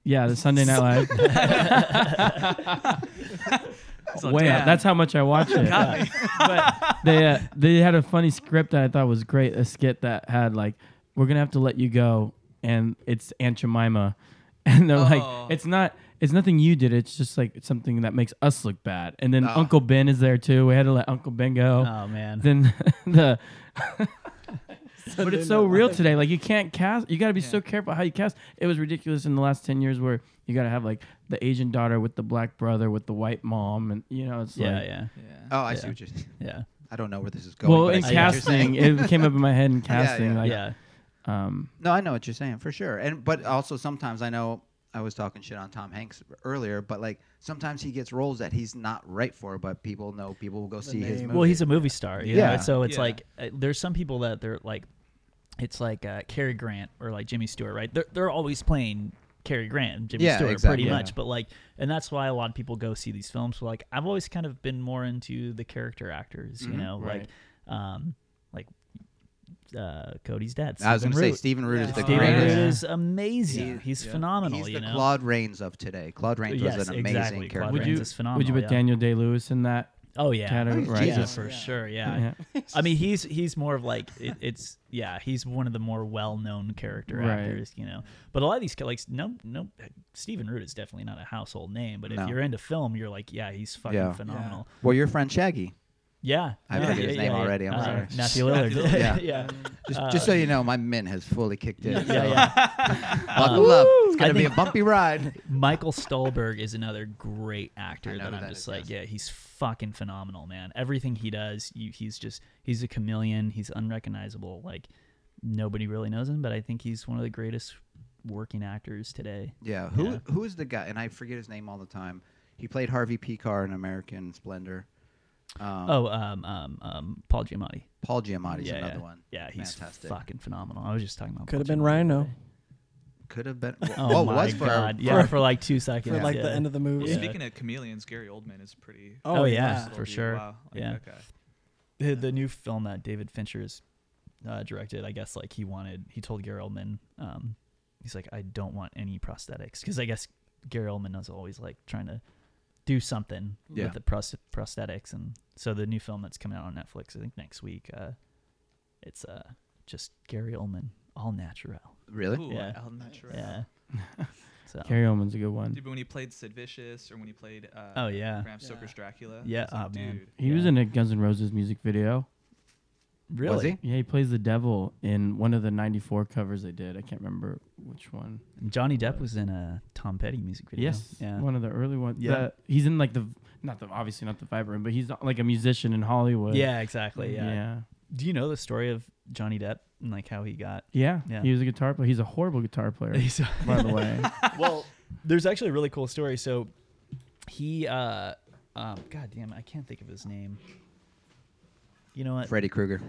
Yeah, the Sunday Night Live.
So,
Way
damn.
out. That's how much I watch it. but they uh, they had a funny script that I thought was great. A skit that had like, "We're gonna have to let you go," and it's Aunt Jemima, and they're
Oh.
like, "It's not." It's nothing you did. It's just like something that makes us look bad. And
Ah.
then Uncle Ben is there too. We had to let Uncle Ben go.
oh man,
Then the but
Sunday
it's so
Night
real
Live.
today. Like you can't cast. You got to be so careful how you cast. It was ridiculous in the last ten years where you got to have like the Asian daughter with the black brother with the white mom, and you know it's
yeah,
like
yeah,
Yeah.
Oh, I
Yeah.
see what you're saying.
yeah,
I don't know where this is going.
well
but I
in
see what you're saying.
casting it came up in my head in
yeah.
casting like
yeah,
um
No, I know what you're saying for sure. And but also sometimes I know I was talking shit on Tom Hanks earlier, but like sometimes he gets roles that he's not right for, but people know people will go see his
name.
movie.
Well, he's a movie star, you
Yeah.
know? So it's
Yeah.
like uh, there's some people that they're like, it's like uh, Cary Grant or like Jimmy Stewart, right? They're they're always playing Cary Grant, and Jimmy
Yeah,
Stewart,
exactly.
pretty
Yeah.
much. But like, and that's why a lot of people go see these films. So like, I've always kind of been more into the character actors,
Mm-hmm.
you know,
Right.
like, um, like uh, Cody's dad.
I was
Stephen
gonna say
Root.
Stephen Root is the
Stephen
greatest.
Root is amazing.
Yeah.
He's
Yeah.
phenomenal.
He's the
you know,
Claude Rains of today. Claude Rains
Yes,
was an amazing
exactly.
character.
Claude
would
Rains
you
is
would you
phenomenal,
put
yeah.
Daniel Day Lewis in that
oh yeah,
category?
Oh,
right?
yeah,
Jesus.
for
Yeah.
sure. Yeah.
Yeah.
I mean, he's he's more of like it, it's yeah, he's one of the more well-known character
Right.
actors, you know. But a lot of these ca- like no no Stephen Root is definitely not a household name, but
No.
if you're into film, you're like, yeah, he's fucking
Yeah.
phenomenal.
Well, your friend Shaggy.
Yeah.
I
yeah,
forget his
yeah,
name
yeah,
already, I'm
uh,
sorry.
Matthew Lillard.
Matthew Lillard.
yeah.
Yeah.
Uh, yeah.
Just, just so you know, my min has fully kicked in.
Yeah,
so
yeah.
Buckle up. It's
I
gonna be a
think-
bumpy ride.
Michael Stolberg is another great actor
I know
that
who
I'm
that
just
is,
like,
yes.
yeah, he's fucking phenomenal, man. Everything he does, you, he's just he's a chameleon. He's unrecognizable. Like nobody really knows him, but I think he's one of the greatest working actors today.
Yeah. Who
Yeah.
who is the guy? And I forget his name all the time. He played Harvey Picar in American Splendor. Um,
Oh, um, um, um, Paul Giamatti.
Paul Giamatti's
yeah,
another
yeah.
one.
Yeah, he's
fantastic.
fucking phenomenal. I was just talking about.
Could
Paul
have been
Giamatti
Rhino.
today.
Could have been. Well,
Oh
well,
my
was for
god!
for
yeah, for like two seconds.
for like
yeah.
the end of the movie.
Yeah.
Speaking of chameleons, Gary Oldman is pretty.
Oh, yeah,
versatile
for
dude.
sure.
Wow, like
Yeah.
that guy.
the, the new film that David Fincher's uh, directed, I guess like he wanted, he told Gary Oldman, um, he's like, I don't want any prosthetics because I guess Gary Oldman is always like trying to do something
Yeah.
with the pros- prosthetics, and so the new film that's coming out on Netflix, I think next week, uh, it's uh, just Gary Oldman, all natural.
Really?
Ooh,
Yeah.
Al Natural.
Yeah. so
Carrie Oman's a good one.
Dude, but when he played Sid Vicious or when he played uh,
Oh, yeah.
Bram Stoker's Dracula.
Yeah,
it's like,
oh, man.
dude.
He was in a Guns N' Roses music video.
really,
Was he?
Yeah, he plays the devil in one of the '94 covers they did. I can't remember which one.
Johnny Depp was in a Tom Petty music video.
Yes,
Yeah.
one of the early ones.
Yeah.
Yeah, he's in like the not the obviously not the vibrant, but he's like a musician in Hollywood.
Yeah, exactly. Yeah.
yeah,
Do you know the story of Johnny Depp and like how he got
yeah.
Yeah.
He was a guitar player. He's a horrible guitar player,
He's a-
by the way.
well, there's actually a really cool story. So he, uh, um, God damn, I can't think of his name. You know what?
Freddy Krueger.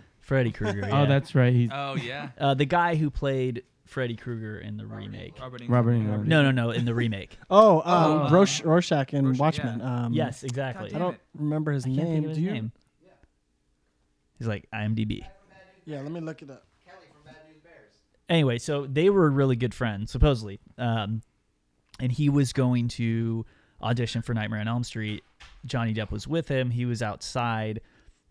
Freddy Krueger. yeah.
Oh, that's right. He's
Oh yeah.
uh, the guy who played Freddy Krueger in the remake.
Robert England.
Robert Englund.
No, no, no, in the remake.
Oh, um,
Oh.
Rosh- Rorschach in
Rorschach, yeah.
Watchmen. Um,
yes, exactly.
God
I
damn
don't
it.
remember his
I can't think
name.
of his
Do you?
name. He's like IMDb.
Yeah, let me look it up.
anyway, so they were really good friends, supposedly. Um, and he was going to audition for Nightmare on Elm Street. Johnny Depp was with him. He was outside.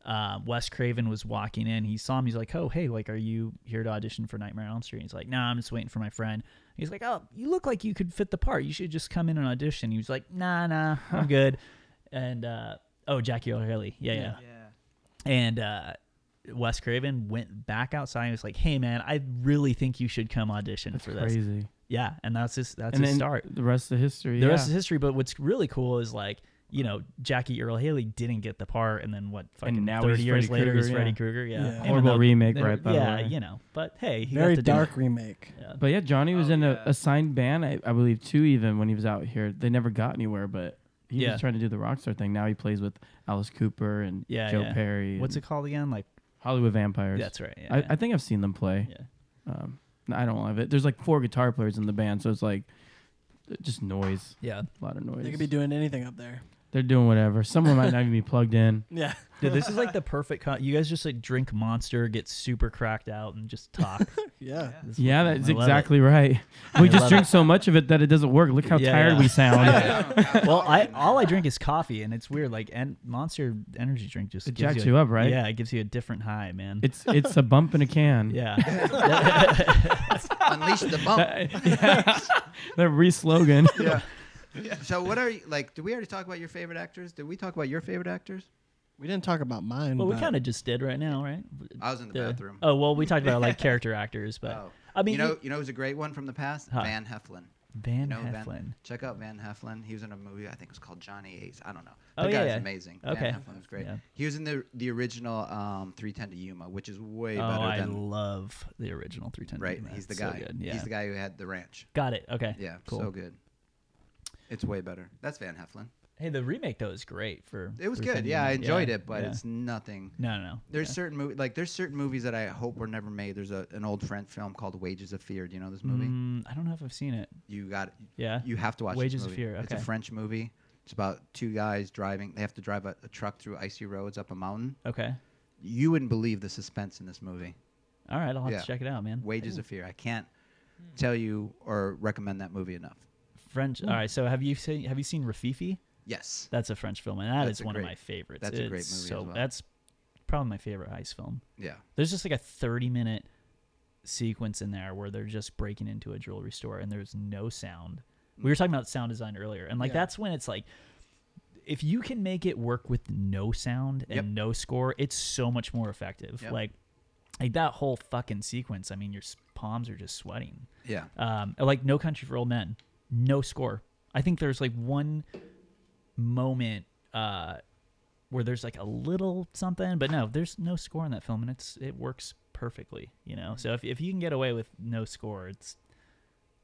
uh, Wes Craven was walking in. He saw him. He's like, "Oh, hey, like, are you here to audition for Nightmare on Elm Street?" He's like, "No, nah, I'm just waiting for my friend." He's like, "Oh, you look like you could fit the part. You should just come in and audition." He was like, "Nah, nah, I'm good." And uh, oh, Jackie O'Haley, yeah, yeah.
Yeah.
And uh, Wes Craven went back outside and was like, "Hey, man, I really think you should come audition
That's
for this."
crazy.
Yeah, and that's his that's
and
his
then
start.
the rest of history.
The rest is history. But what's really cool is like you know Jackie Earl Haley didn't get the part, and then what? Fucking
now
thirty
he's
years
Freddy
later,
Krueger,
he's Freddy
yeah.
Krueger. Yeah,
Yeah.
Even
Horrible
though
remake,
they-
right? By
yeah,
the way.
you know. But hey, he
Very
got to
dark
Do
remake.
it. Yeah.
But yeah, Johnny was
Oh,
in
yeah.
a, a signed band, I, I believe, too. Even when he was out here, they never got anywhere. But he
Yeah.
was trying to do the rock star thing. Now he plays with Alice Cooper and
Yeah,
Joe
yeah.
Perry.
What's
and
it called again? Like
Hollywood Vampires.
that's right. Yeah,
I,
yeah.
I think I've seen them play.
Yeah.
Um, no, I don't love it. There's like four guitar players in the band, so it's like just noise,
yeah.
a lot of noise.
They could be doing anything up there.
They're doing whatever. Someone might not even be plugged in.
Yeah.
Dude, this is like the perfect. Con- you guys just like drink Monster, get super cracked out, and just talk.
Yeah.
Yeah.
This
Yeah,
fucking-
that's
I love it.
exactly right.
I
We just
love
drink
it.
so much of it that it doesn't work. Look how
Yeah,
tired
yeah.
we sound.
Well, I all I drink is coffee, and it's weird. Like, and Monster Energy drink just
It
gives
jacks
a-
you up, right?
Yeah, it gives you a different high, man.
It's it's a bump in a can.
yeah,
Unleash the bump.
That re slogan. Oh,
yeah. So what are you like? Did we already talk about your favorite actors? Did we talk about your favorite actors?
We didn't talk about mine.
well, we
but-
kind of just did right now, right?
I was in the, bathroom.
Oh well, we talked about like character actors, but
Oh.
I mean,
you know, you know who's a great one from the past?
Huh.
Van Heflin.
Van
You know
Heflin.
Check out Van Heflin. He was in a movie I think it was called Johnny Ace. I don't know.
Oh,
That
yeah,
guy's
yeah.
amazing.
Okay.
Van Heflin was great.
Yeah.
He was in the the original um, 310 to Yuma, which is way
oh,
better
I
than
love the original 310.
right.
Demon.
He's the
It's so
guy.
good. Yeah.
He's the guy who had the ranch.
Got it. Okay.
Yeah,
Cool.
so good. It's way better. That's Van Heflin.
Hey, the remake though is great for.
It was
310
good. Yeah, I
Demon.
enjoyed
Yeah,
it, but
yeah.
it's nothing.
no, no, no.
There's
Yeah.
certain movie like there's certain movies that I hope were never made. There's a, an old French film called Wages of Fear. Do you know this movie?
Mm, I don't know if I've seen it.
You got
Yeah.
You have to watch this
Wages of
movie.
Fear,
It's a
okay.
French movie. It's about two guys driving. They have to drive a, a truck through icy roads up a mountain.
Okay.
You wouldn't believe the suspense in this movie.
All right, I'll have
Yeah.
to check it out, man.
Wages of Fear. I can't
Hmm.
tell you or recommend that movie enough.
French.
Mm.
All right, so have you seen have you seen Rafifi?
Yes.
That's a French film, and that
That's
is
a
one of
great-
my favorites.
that's a great
It's
movie as
So
well.
that's probably my favorite heist film.
Yeah.
There's just like a 30 minute sequence in there where they're just breaking into a jewelry store and there's no sound.
Mm.
We were talking about sound design earlier, and like
Yeah.
that's when it's like, if you can make it work with no sound and
Yep.
no score, it's so much more effective.
Yep.
Like, like that whole fucking sequence. I mean, your s- palms are just sweating
Yeah.
um, like No Country for Old Men, no score. I think there's like one moment uh, where there's like a little something, but no, there's no score in that film, and it's it works perfectly, you know. So if if you can get away with no score, it's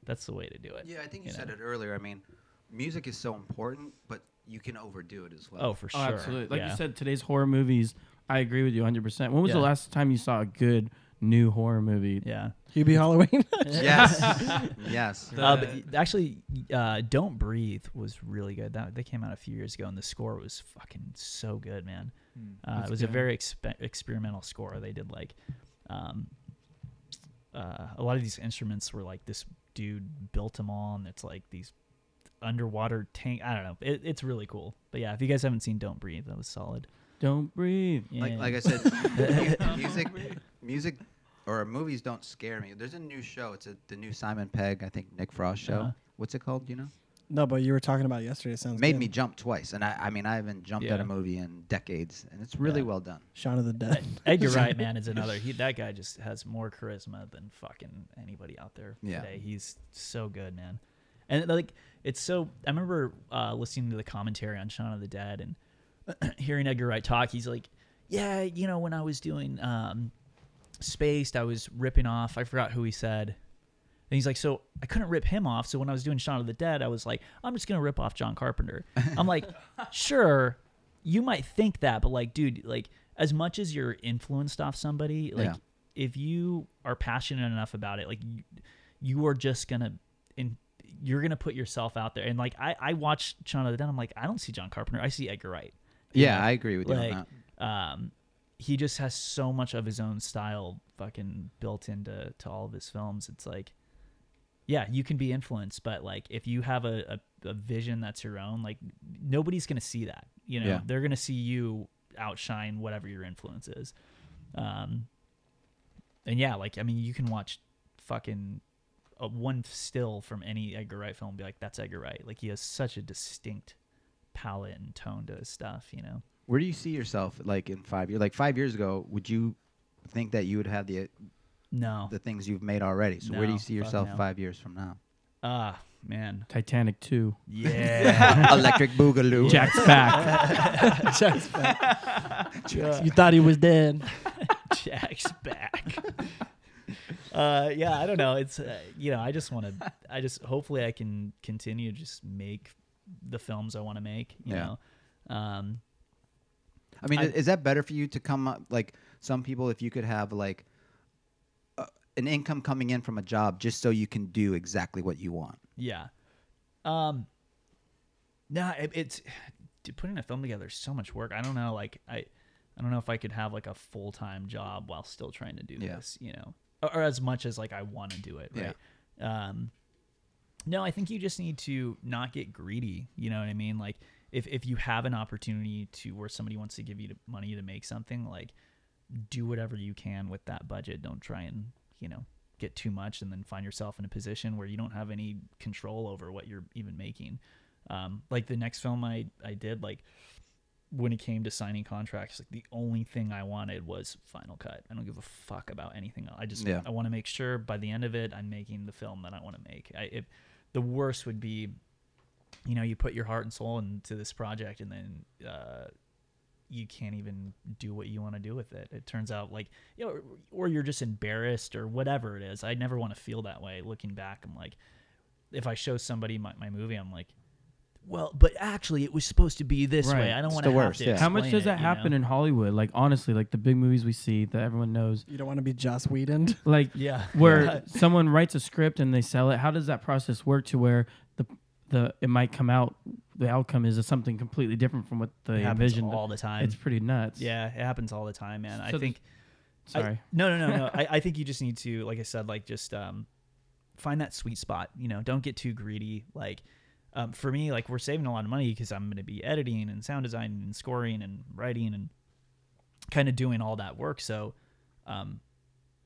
that's the way to do it.
Yeah, I think you,
you know.
said it earlier. I mean, music is so important, but you can overdo it as well.
Oh, for
Oh,
sure.
absolutely. Like
Yeah.
you said, today's horror movies, I agree with you 100%. When was the
Yeah.
last time you saw a good new horror movie?
Yeah.
Hubie Halloween.
yes. yes.
Uh, but y- actually, uh, "Don't Breathe" was really good. That they came out a few years ago, and the score was fucking so good, man.
Hmm.
Uh, it
That's
was a
good.
very expe- experimental score. They did like um, uh, a lot of these instruments were like this dude built them all, and it's like these underwater tank. I don't know. It, it's really cool. But yeah, if you guys haven't seen "Don't Breathe," that was solid.
Don't breathe.
Yeah.
Like, like I said, mu- music, music, or movies don't scare me. There's a new show. It's a, the new Simon Pegg, I think Nick Frost show.
Uh-huh.
What's it called? Do you know?
no, but you were talking about it yesterday. It sounds
Made
good.
me jump twice, and I, I mean, I haven't jumped at
Yeah.
a movie in decades, and it's really
Yeah.
well done.
Shaun of the Dead.
Edgar Wright, man, is another. He that guy just has more charisma than fucking anybody out there
Yeah.
today. He's so good, man. And like, it's so. I remember uh, listening to the commentary on Shaun of the Dead and hearing Edgar Wright talk. He's like, "Yeah, you know, when I was doing um, Spaced, I was ripping off. I forgot who he said." And he's like, so I couldn't rip him off. So when I was doing Shaun of the Dead, I was like, I'm just gonna rip off John Carpenter. I'm like, sure, you might think that, but like, dude, like as much as you're influenced off somebody, like
Yeah.
if you are passionate enough about it, like you, you are just gonna in you're gonna put yourself out there. And like I, I watched Shaun of the Dead, I'm like, I don't see John Carpenter, I see Edgar Wright
Yeah, I agree with you on
like
that.
um he just has so much of his own style fucking built into to all of his films it's like yeah you can be influenced but like if you have a, a, a vision that's your own like nobody's gonna see that you know
Yeah.
they're gonna see you outshine whatever your influence is. Um, and yeah, like I mean, you can watch fucking a one still from any Edgar Wright film and be like, that's Edgar Wright. Like he has such a distinct palette and tone to his stuff, you know.
Where do you see yourself like in five years? Like five years ago, would you think that you would have the
No,
the things you've made already? So where do
No,
you see
fuck
yourself
no.
five years from now?
ah man,
Titanic two.
yeah.
Electric Boogaloo.
Jack's back.
Jack's back. You thought he was dead.
Jack's back. uh, yeah, I don't know. It's uh, you know, I just want to. I just hopefully I can continue to just make the films I want to make. You
Yeah.
know, um,
I mean,
I-
is that better for you to come up like some people? If you could have like uh, an income coming in from a job just so you can do exactly what you want.
yeah. Um, nah, it, it's dude, putting a film together is so much work. I don't know. Like I, I don't know if I could have like a full time job while still trying to do
Yeah.
this. You know, or, or as much as like I want to do it.
Yeah.
Right. Um, No, I think you just need to not get greedy. You know what I mean? Like if if you have an opportunity to where somebody wants to give you the money to make something, like do whatever you can with that budget. Don't try and, you know, get too much and then find yourself in a position where you don't have any control over what you're even making. Um, like the next film I I did like when it came to signing contracts, like the only thing I wanted was Final Cut. I don't give a fuck about anything else. I just
Yeah.
I want to make sure by the end of it I'm making the film that I want to make. I, it, the worst would be, you know, you put your heart and soul into this project and then uh, you can't even do what you want to do with it. It turns out like you know, or, or you're just embarrassed or whatever it is. I never want to feel that way. Looking back, I'm like, if I show somebody my, my movie, I'm like. Well, but actually, it was supposed to be this
Right.
way. I don't
It's
want
the
to have
worst,
to
yeah.
How much
explain
does
it,
that
you
happen
know?
in Hollywood? Like honestly, like the big movies we see that everyone knows.
You don't want to be Joss Whedon.
Like
Yeah.
where
Yeah.
someone writes a script and they sell it. How does that process work to where the the it might come out the outcome is something completely different from what they
It happens
envisioned?
all the time.
It's pretty nuts.
yeah, it happens all the time, man.
So
I think I-
Sorry.
no, no, no, no. I, I think you just need to, like I said, like just um, find that sweet spot. You know, don't get too greedy. Like um, for me, like we're saving a lot of money because I'm going to be editing and sound design and scoring and writing and kind of doing all that work. So um,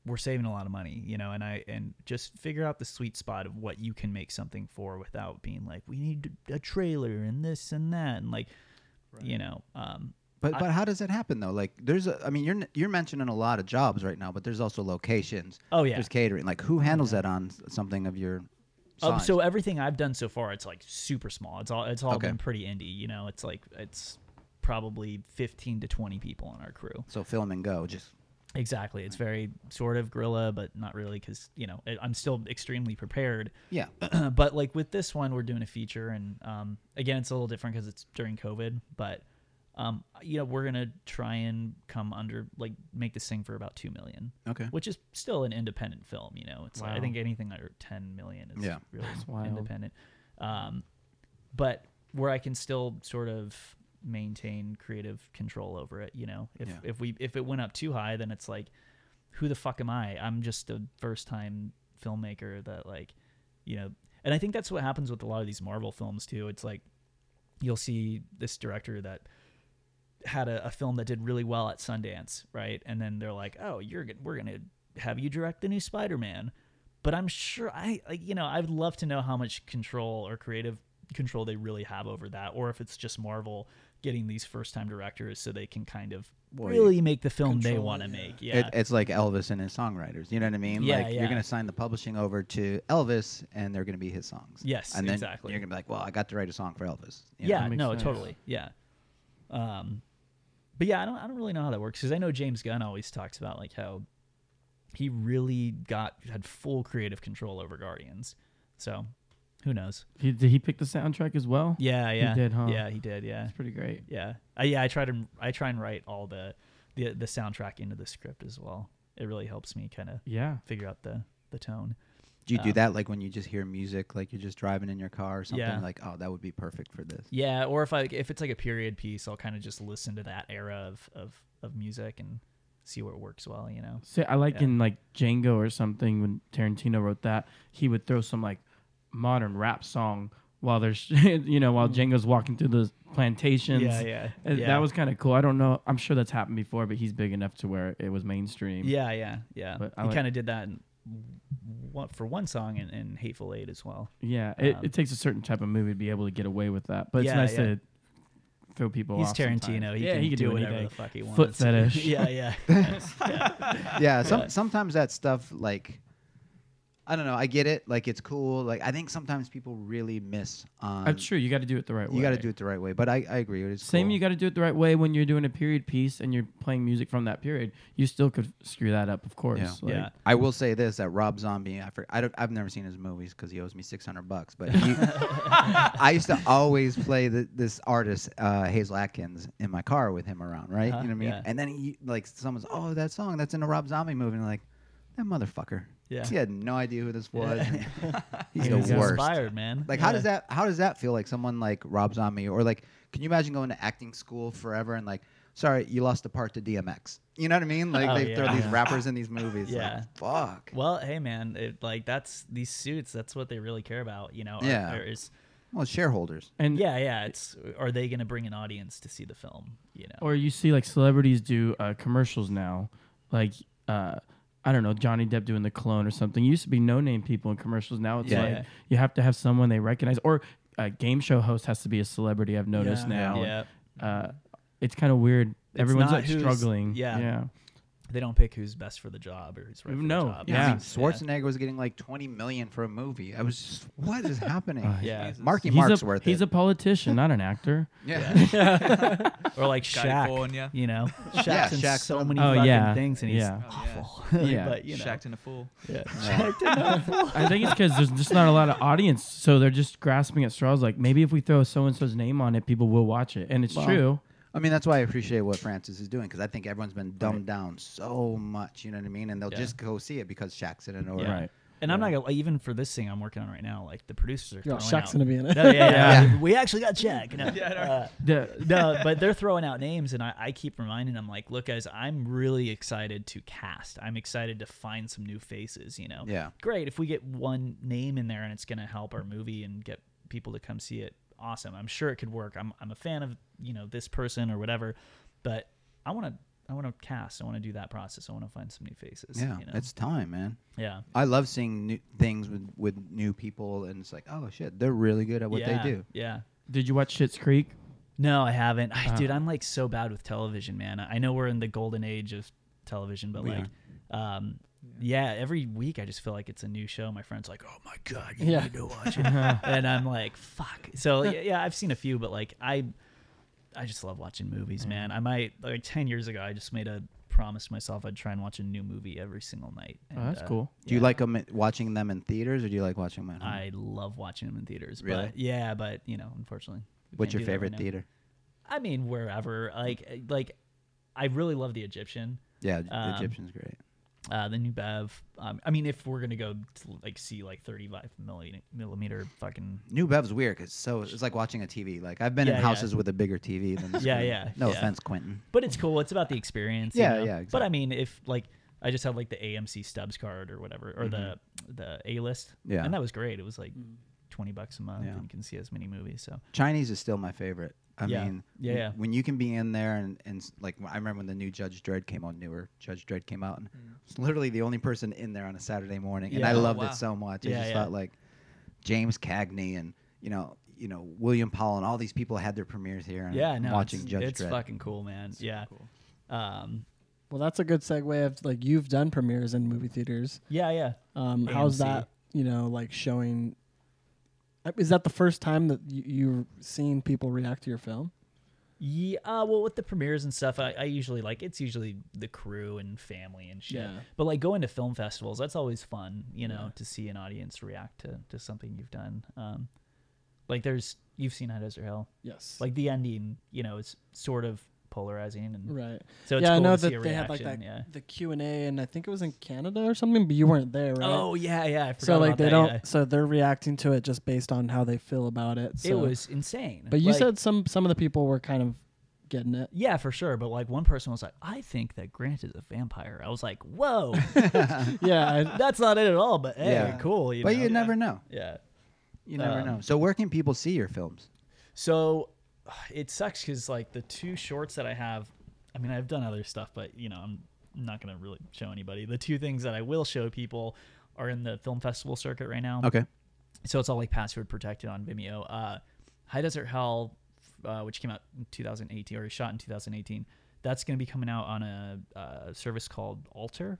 we're saving a lot of money, you know. And I and just figure out the sweet spot of what you can make something for without being like, we need a trailer and this and that and like, you know, um,
But
I-
but how does that happen though? Like there's a, I mean you're n- you're mentioning a lot of jobs right now, but there's also locations.
Oh, yeah.
There's catering. Like who handles that on s- something of your?
Um,
size?
so everything I've done so far, it's like super small. It's all it's all
Okay.
been pretty indie. You know, it's like it's probably fifteen to twenty people on our crew.
so film and go just
Exactly. It's very sort of gorilla, but not really because you know I- I'm still extremely prepared.
yeah.
but like with this one, we're doing a feature, and um, again, it's a little different because it's during COVID. But um, you know, we're gonna try and come under like make this thing for about two million,
Okay.
which is still an independent film. You know, it's like, I
Wow.
think anything under ten million is
Yeah.
really
wild.
independent. Um, but where I can still sort of maintain creative control over it, you know, if
Yeah.
if we if it went up too high, then it's like, who the fuck am I? I'm just a first time filmmaker that like, you know, and I think that's what happens with a lot of these Marvel films too. It's like you'll see this director that had a, a film that did really well at Sundance, right? And then they're like, "Oh, you're gonna, we're gonna have you direct the new Spider-Man," but I'm sure I, like, you know, I'd love to know how much control or creative control they really have over that, or if it's just Marvel getting these first-time directors so they can kind of
Well, you
really make the film they
control
want
it,
to
yeah.
make. Yeah,
It, it's like Elvis and his songwriters. You know what I mean?
Yeah,
like
yeah.
you're gonna sign the publishing over to Elvis, and they're gonna be his songs.
Yes,
and then
exactly.
You're gonna be like, well, I got to write a song for Elvis. you know?
yeah,
That makes
no,
sense.
totally, yeah. Um, but yeah, I don't, I don't really know how that works because I know James Gunn always talks about like how he really got had full creative control over Guardians. So, who knows?
He, did he pick the soundtrack as well?
Yeah, yeah,
did, huh?
Yeah, he did. Yeah,
That's pretty great.
yeah, I, yeah. I try to, I try and write all the, the the soundtrack into the script as well. It really helps me kind of
Yeah.
figure out the the tone.
Do you do
Um,
that like when you just hear music, like you're just driving in your car or something?
Yeah.
Like, oh, that would be perfect for this.
Yeah, or if I if it's like a period piece, I'll kind of just listen to that era of of of music and see what works well. You know.
See, I like
Yeah.
in like Django or something when Tarantino wrote that, he would throw some like modern rap song while there's you know while Django's walking through the plantations.
Mm-hmm. Yeah, yeah,
Uh,
yeah.
That was kind of cool. I don't know. I'm sure that's happened before, but he's big enough to where it was mainstream.
Yeah, yeah, yeah.
But I
he
like-
kind of did that in, one- for one song in, in Hateful Eight as well.
Yeah, it,
Um,
it takes a certain type of movie to be able to get away with that, but it's
Yeah,
nice
yeah.
to throw people
He's
off.
Tarantino.
sometimes.
He
yeah,
can
he can
do,
do,
whatever
anything.
the fuck he wants.
Foot fetish.
yeah, yeah.
yeah, some, sometimes that stuff like I don't know, I get it, like it's cool. Like I think sometimes people really miss on
That's true. You got to do it the right way.
you got to do it the right way, but I, I agree it's
Same,
cool.
you got to do it the right way when you're doing a period piece and you're playing music from that period. You still could screw that up, of course.
Yeah.
Like,
Yeah.
I will say this that Rob Zombie, I, for, I don't, I've never seen his movies because he owes me 600 bucks, but he, I used to always play the, this artist, uh, Hazel Atkins, in my car with him around, right?
Uh-huh,
You know what I mean?
yeah.
And then he, like, someone's, oh, that song, that's in a Rob Zombie movie. And I'm like, that motherfucker.
Yeah.
He had no idea who this was. and He's
And he's
the worst.
Inspired, man.
Like, how does that, how does that feel like someone like Rob Zombie? Or, like, can you imagine going to acting school forever and, like, sorry, you lost the part to DMX? You know what I mean? Like,
Oh,
they throw
yeah.
these rappers in these movies.
Yeah.
Like, fuck.
Well, hey, man. It, like that's these suits. That's what they really care about. You know. Are-
Yeah.
are- is-
Well, shareholders.
And
yeah, yeah. It's are they going to bring an audience to see the film? You know.
or you see like celebrities do uh, commercials now, like uh, I don't know Johnny Depp doing the clone or something. It used to be no name people in commercials. Now it's
Yeah.
like
Yeah.
you have to have someone they recognize, or a game show host has to be a celebrity. I've noticed
Yeah.
now.
yeah.
Uh, it's kind of weird. Everyone's
not
like
who's-
struggling.
yeah.
Yeah.
They don't pick who's best for the job or who's right for
No,
the job.
yeah.
I mean, Schwarzenegger was getting like 20 million for a movie. I was just, what is happening?
Uh, Yeah.
Jesus.
Marky
He's
Mark's
a
worth
he's
it.
a politician, not an actor.
yeah.
Or like Shaq.
California.
You know. Shaq's
Yeah,
in
Shaq's
so
on-
many
Oh,
fucking
yeah.
things, and he's
Yeah.
awful.
Yeah.
Oh, but you know.
Shacked in a fool.
Yeah.
I think it's because there's just not a lot of audience, so they're just grasping at straws. Like maybe if we throw so and so's name on it, people will watch it, and it's
Well,
true.
I mean, that's why I appreciate what Francis is doing because I think everyone's been dumbed down so much. You know what I mean? And they'll
Yeah.
just go see it because Shaq's in it or
Yeah.
Right.
And I'm not gonna, like, even for this thing I'm working on right now. Like the producers are
Yo,
throwing
Shaq's
out.
gonna be in it.
No, yeah, yeah,
Yeah.
We- We actually got Shaq. No, uh,
The-
no, but they're throwing out names, and I, I keep reminding them, like, look, guys, I'm really excited to cast. I'm excited to find some new faces. You know,
Yeah.
great if we get one name in there and it's gonna help our movie and get people to come see it. Awesome. I'm sure it could work. I'm I'm a fan of you know this person or whatever, but I want to. I want to cast. I want to do that process. I want to find some new faces.
Yeah.
you know?
It's time, man.
yeah.
I love seeing new things with, with new people, and it's like, oh shit, they're really good at what
yeah,
they do.
Yeah.
Did you watch Shit's Creek?
No, I haven't. I, dude, I'm like so bad with television, man. I I know we're in the golden age of television, but like, um, yeah, every week I just feel like it's a new show. My friend's like, "Oh my god, you
Yeah.
need to go watch it," and I'm like, "Fuck." So yeah, yeah, I've seen a few, but like, I, I just love watching movies, man. I might like ten years ago, I just made a promise to myself I'd try and watch a new movie every single night.
Oh, that's
and, uh,
cool.
Do you
yeah.
like them watching them in theaters, or do you like watching them at home?
I love watching them in theaters.
Really?
But yeah, but you know, unfortunately. we
What's
can't
your
do that right
favorite
now.
theater?
I mean, wherever. Like, eh, like, I really love the Egyptian,
Yeah, the
Um,
Egyptian's great.
uh, the new Bev. Um, I mean, if we're gonna go to, like see like thirty-five milli- millimeter fucking.
New Bev's weird because so it's like watching a TV. Like I've been
Yeah,
in
yeah.
houses with a bigger TV than this.
Yeah,
one.
yeah,
No
yeah.
offense, Quentin.
But it's cool. It's about the experience. you
Yeah,
know?
yeah,
But I
exactly.
mean, if like I just had like the AMC Stubbs card or whatever, or the the A list.
Mm-hmm. Yeah.
And that was great. It was like twenty bucks a month,
Yeah.
and you can see as many movies. So
Chinese is still my favorite. I
Yeah.
mean,
Yeah, yeah.
when you can be in there and, and s- like I remember when the new Judge Dredd came on, newer Judge Dredd came out, and it's literally the only person in there on a Saturday morning, and I
Mm. Yeah. Oh,
loved
wow.
it so much. I
Yeah,
just
yeah.
thought like James Cagney and you know you know William Powell and all these people had their premieres here. And
yeah,
I'm
no,
watching
it's,
Judge
it's
Dredd.
fucking cool, man. yeah. Um.
Well, that's a good segue of like you've done premieres in movie theaters.
Yeah. Yeah.
Um, how's
AMC.
that? You know, like showing. uh, Is that the first time that you, you've seen people react to your film?
Yeah, uh, well, with the premieres and stuff, I, I usually like it's usually the crew and family and shit.
Yeah.
But like going to film festivals, that's always fun, you know, to see an audience react to, to something you've done. Um, like there's you've seen High Desert Hill,
Yes.
like the ending, you know, is sort of polarizing and
right.
so it's
yeah,
cool
I know
to
that
see a
they had
reaction.
like that
yeah.
the Q and A, and I think it was in Canada or something, but you weren't there, right?
Oh yeah, yeah. I forgot
so like
about
they
that,
don't.
yeah.
So they're reacting to it just based on how they feel about it. So.
It was insane.
But you
Like,
said some some of the people were kind of getting it.
Yeah, for sure. But like one person was like, "I think that Grant is a vampire." I was like, "Whoa,
yeah. I,
that's not it at all." But hey,
Yeah.
cool. You
but
know?
you never know.
yeah.
You never
Um,
know. So where can people see your films?
So it sucks because like the two shorts that I have, I mean I've done other stuff, but you know I'm not gonna really show anybody. The two things that I will show people are in the film festival circuit right now.
Okay.
So it's all like password protected on Vimeo. Uh, High Desert Hell, uh, which came out in 2018 or shot in 2018, that's gonna be coming out on a uh, service called Alter.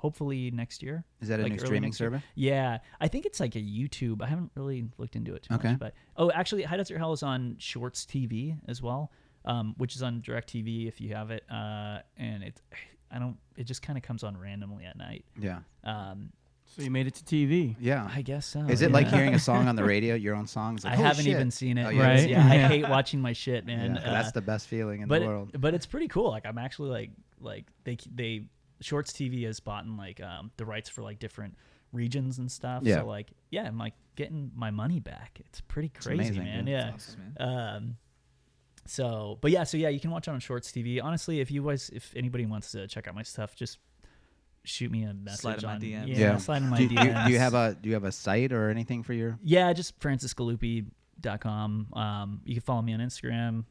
Hopefully next year.
Is that a
like
new
early
streaming
next year.
service?
Yeah, I think it's like a YouTube. I haven't really looked into it too
Okay.
much, but oh, actually, High Desert Hell is on Shorts TV as well, um, which is on Direct TV if you have it. Uh, and it, I don't. It just kind of comes on randomly at night.
Yeah.
Um,
So you made it to TV.
Yeah.
I guess so.
Is it like
yeah.
hearing a song on the radio, your own songs?
I haven't even seen it.
Oh,
Oh,
yeah.
Right?
Yeah, I
Yeah.
hate watching my shit, man.
that's
Uh,
the best feeling in
but
the
it-
world.
but it's pretty cool. Like I'm actually like like they they Shorts TV has bought in like um, the rights for like different regions and stuff.
Yeah.
So like yeah, I'm like getting my money back. It's pretty crazy,
amazing,
man.
dude.
Yeah.
Awesome, man.
Um, so but yeah, so yeah, you can watch it on Shorts TV. Honestly, if you guys if anybody wants to check out my stuff, just shoot me a message
Slide in my
on
DMs.
Yeah,
Yeah.
slide in my
Do you, do you-
DMs.
do you have a do you have a site or anything for your?
yeah, just francisgalupi.com. Um, you can follow me on Instagram.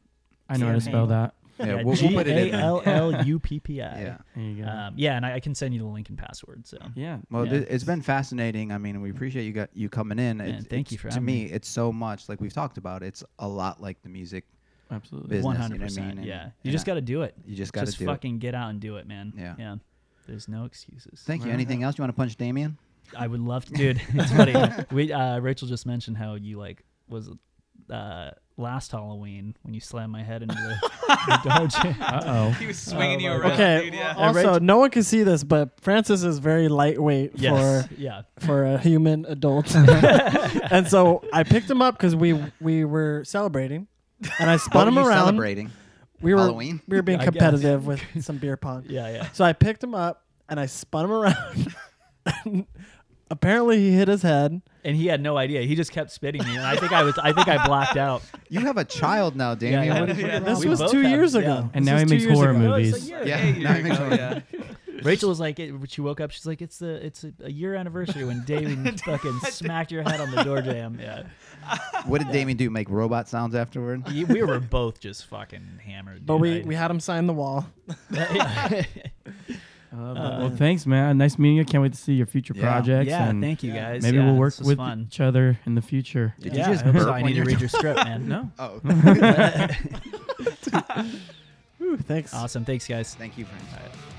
I know how to spell that.
Yeah, we'll, we'll put it in.
G A
there.
L L U P P I.
Yeah.
There you go.
Um, yeah, and I, I can send you the link and password. So
yeah.
Well,
Yeah.
th- it's been fascinating. I mean, we appreciate you got you coming in.
Man,
It's-
thank
it's-
you for
To
having
me, it's so much like we've talked about. It's a lot like the music.
Absolutely.
business, you know
one
what I
hundred percent.
mean? And-
Yeah, you
and
just
I-
got to do it.
You just got to
just
do it.
fucking get out and do it, man.
Yeah.
yeah. There's no excuses.
Thank you.
Right.
Anything else you want to punch Damien?
I would love to, dude. It's funny. we uh, Rachel just mentioned how you like was uh, last Halloween when you slammed my head into the, the dojo.
Uh
He was swinging you
Oh, my
around,
God.
Okay.
dude. Yeah.
well, also,
Rach-
no one can see this, but Francis is very lightweight
Yes. yeah.
for for a human adult. and so I picked him up because we we were celebrating, and I
What
spun
are
him
Oh, you
around.
celebrating?
We were
Halloween?
we were being
I guess.
competitive with some beer pong.
Yeah. Yeah.
So I picked him up and I spun him around. and apparently, he hit his head.
And he had no idea. He just kept spitting me, and I think I was. I think I blacked out.
You have a child now, Damien.
I
What
know,
is-
yeah.
what is
This
We
was
both
two
have-
years
yeah.
ago.
And
This
now
was
he
two
makes
years
horror
ago.
No, it's
Movies.
a year.
Yeah,
Hey,
now
you're
it makes
go,
sense.
yeah.
Rachel was like, it, she woke up, she's like, it's the it's a, a year anniversary when Damon fucking smacked your head on the door jam. Yeah,
What did Damien do? Make robot sounds afterward?
You- we were both just fucking hammered.
But
dude.
we,
I-
we had him sign the wall.
yeah,
oh. I love that. well, thanks, man. Uh, Nice meeting you. Can't wait to see your future
Yeah.
projects. and
thank you guys.
Maybe
uh, Yeah,
we'll work
this was
with
fun.
each other in the future.
Did
yeah,
you just
I hope so.
burp
I
when
need to
you're
read your script, man.
No.
Oh,
Thanks.
awesome. Thanks, guys.
Ah,
thank you, friends.
All right.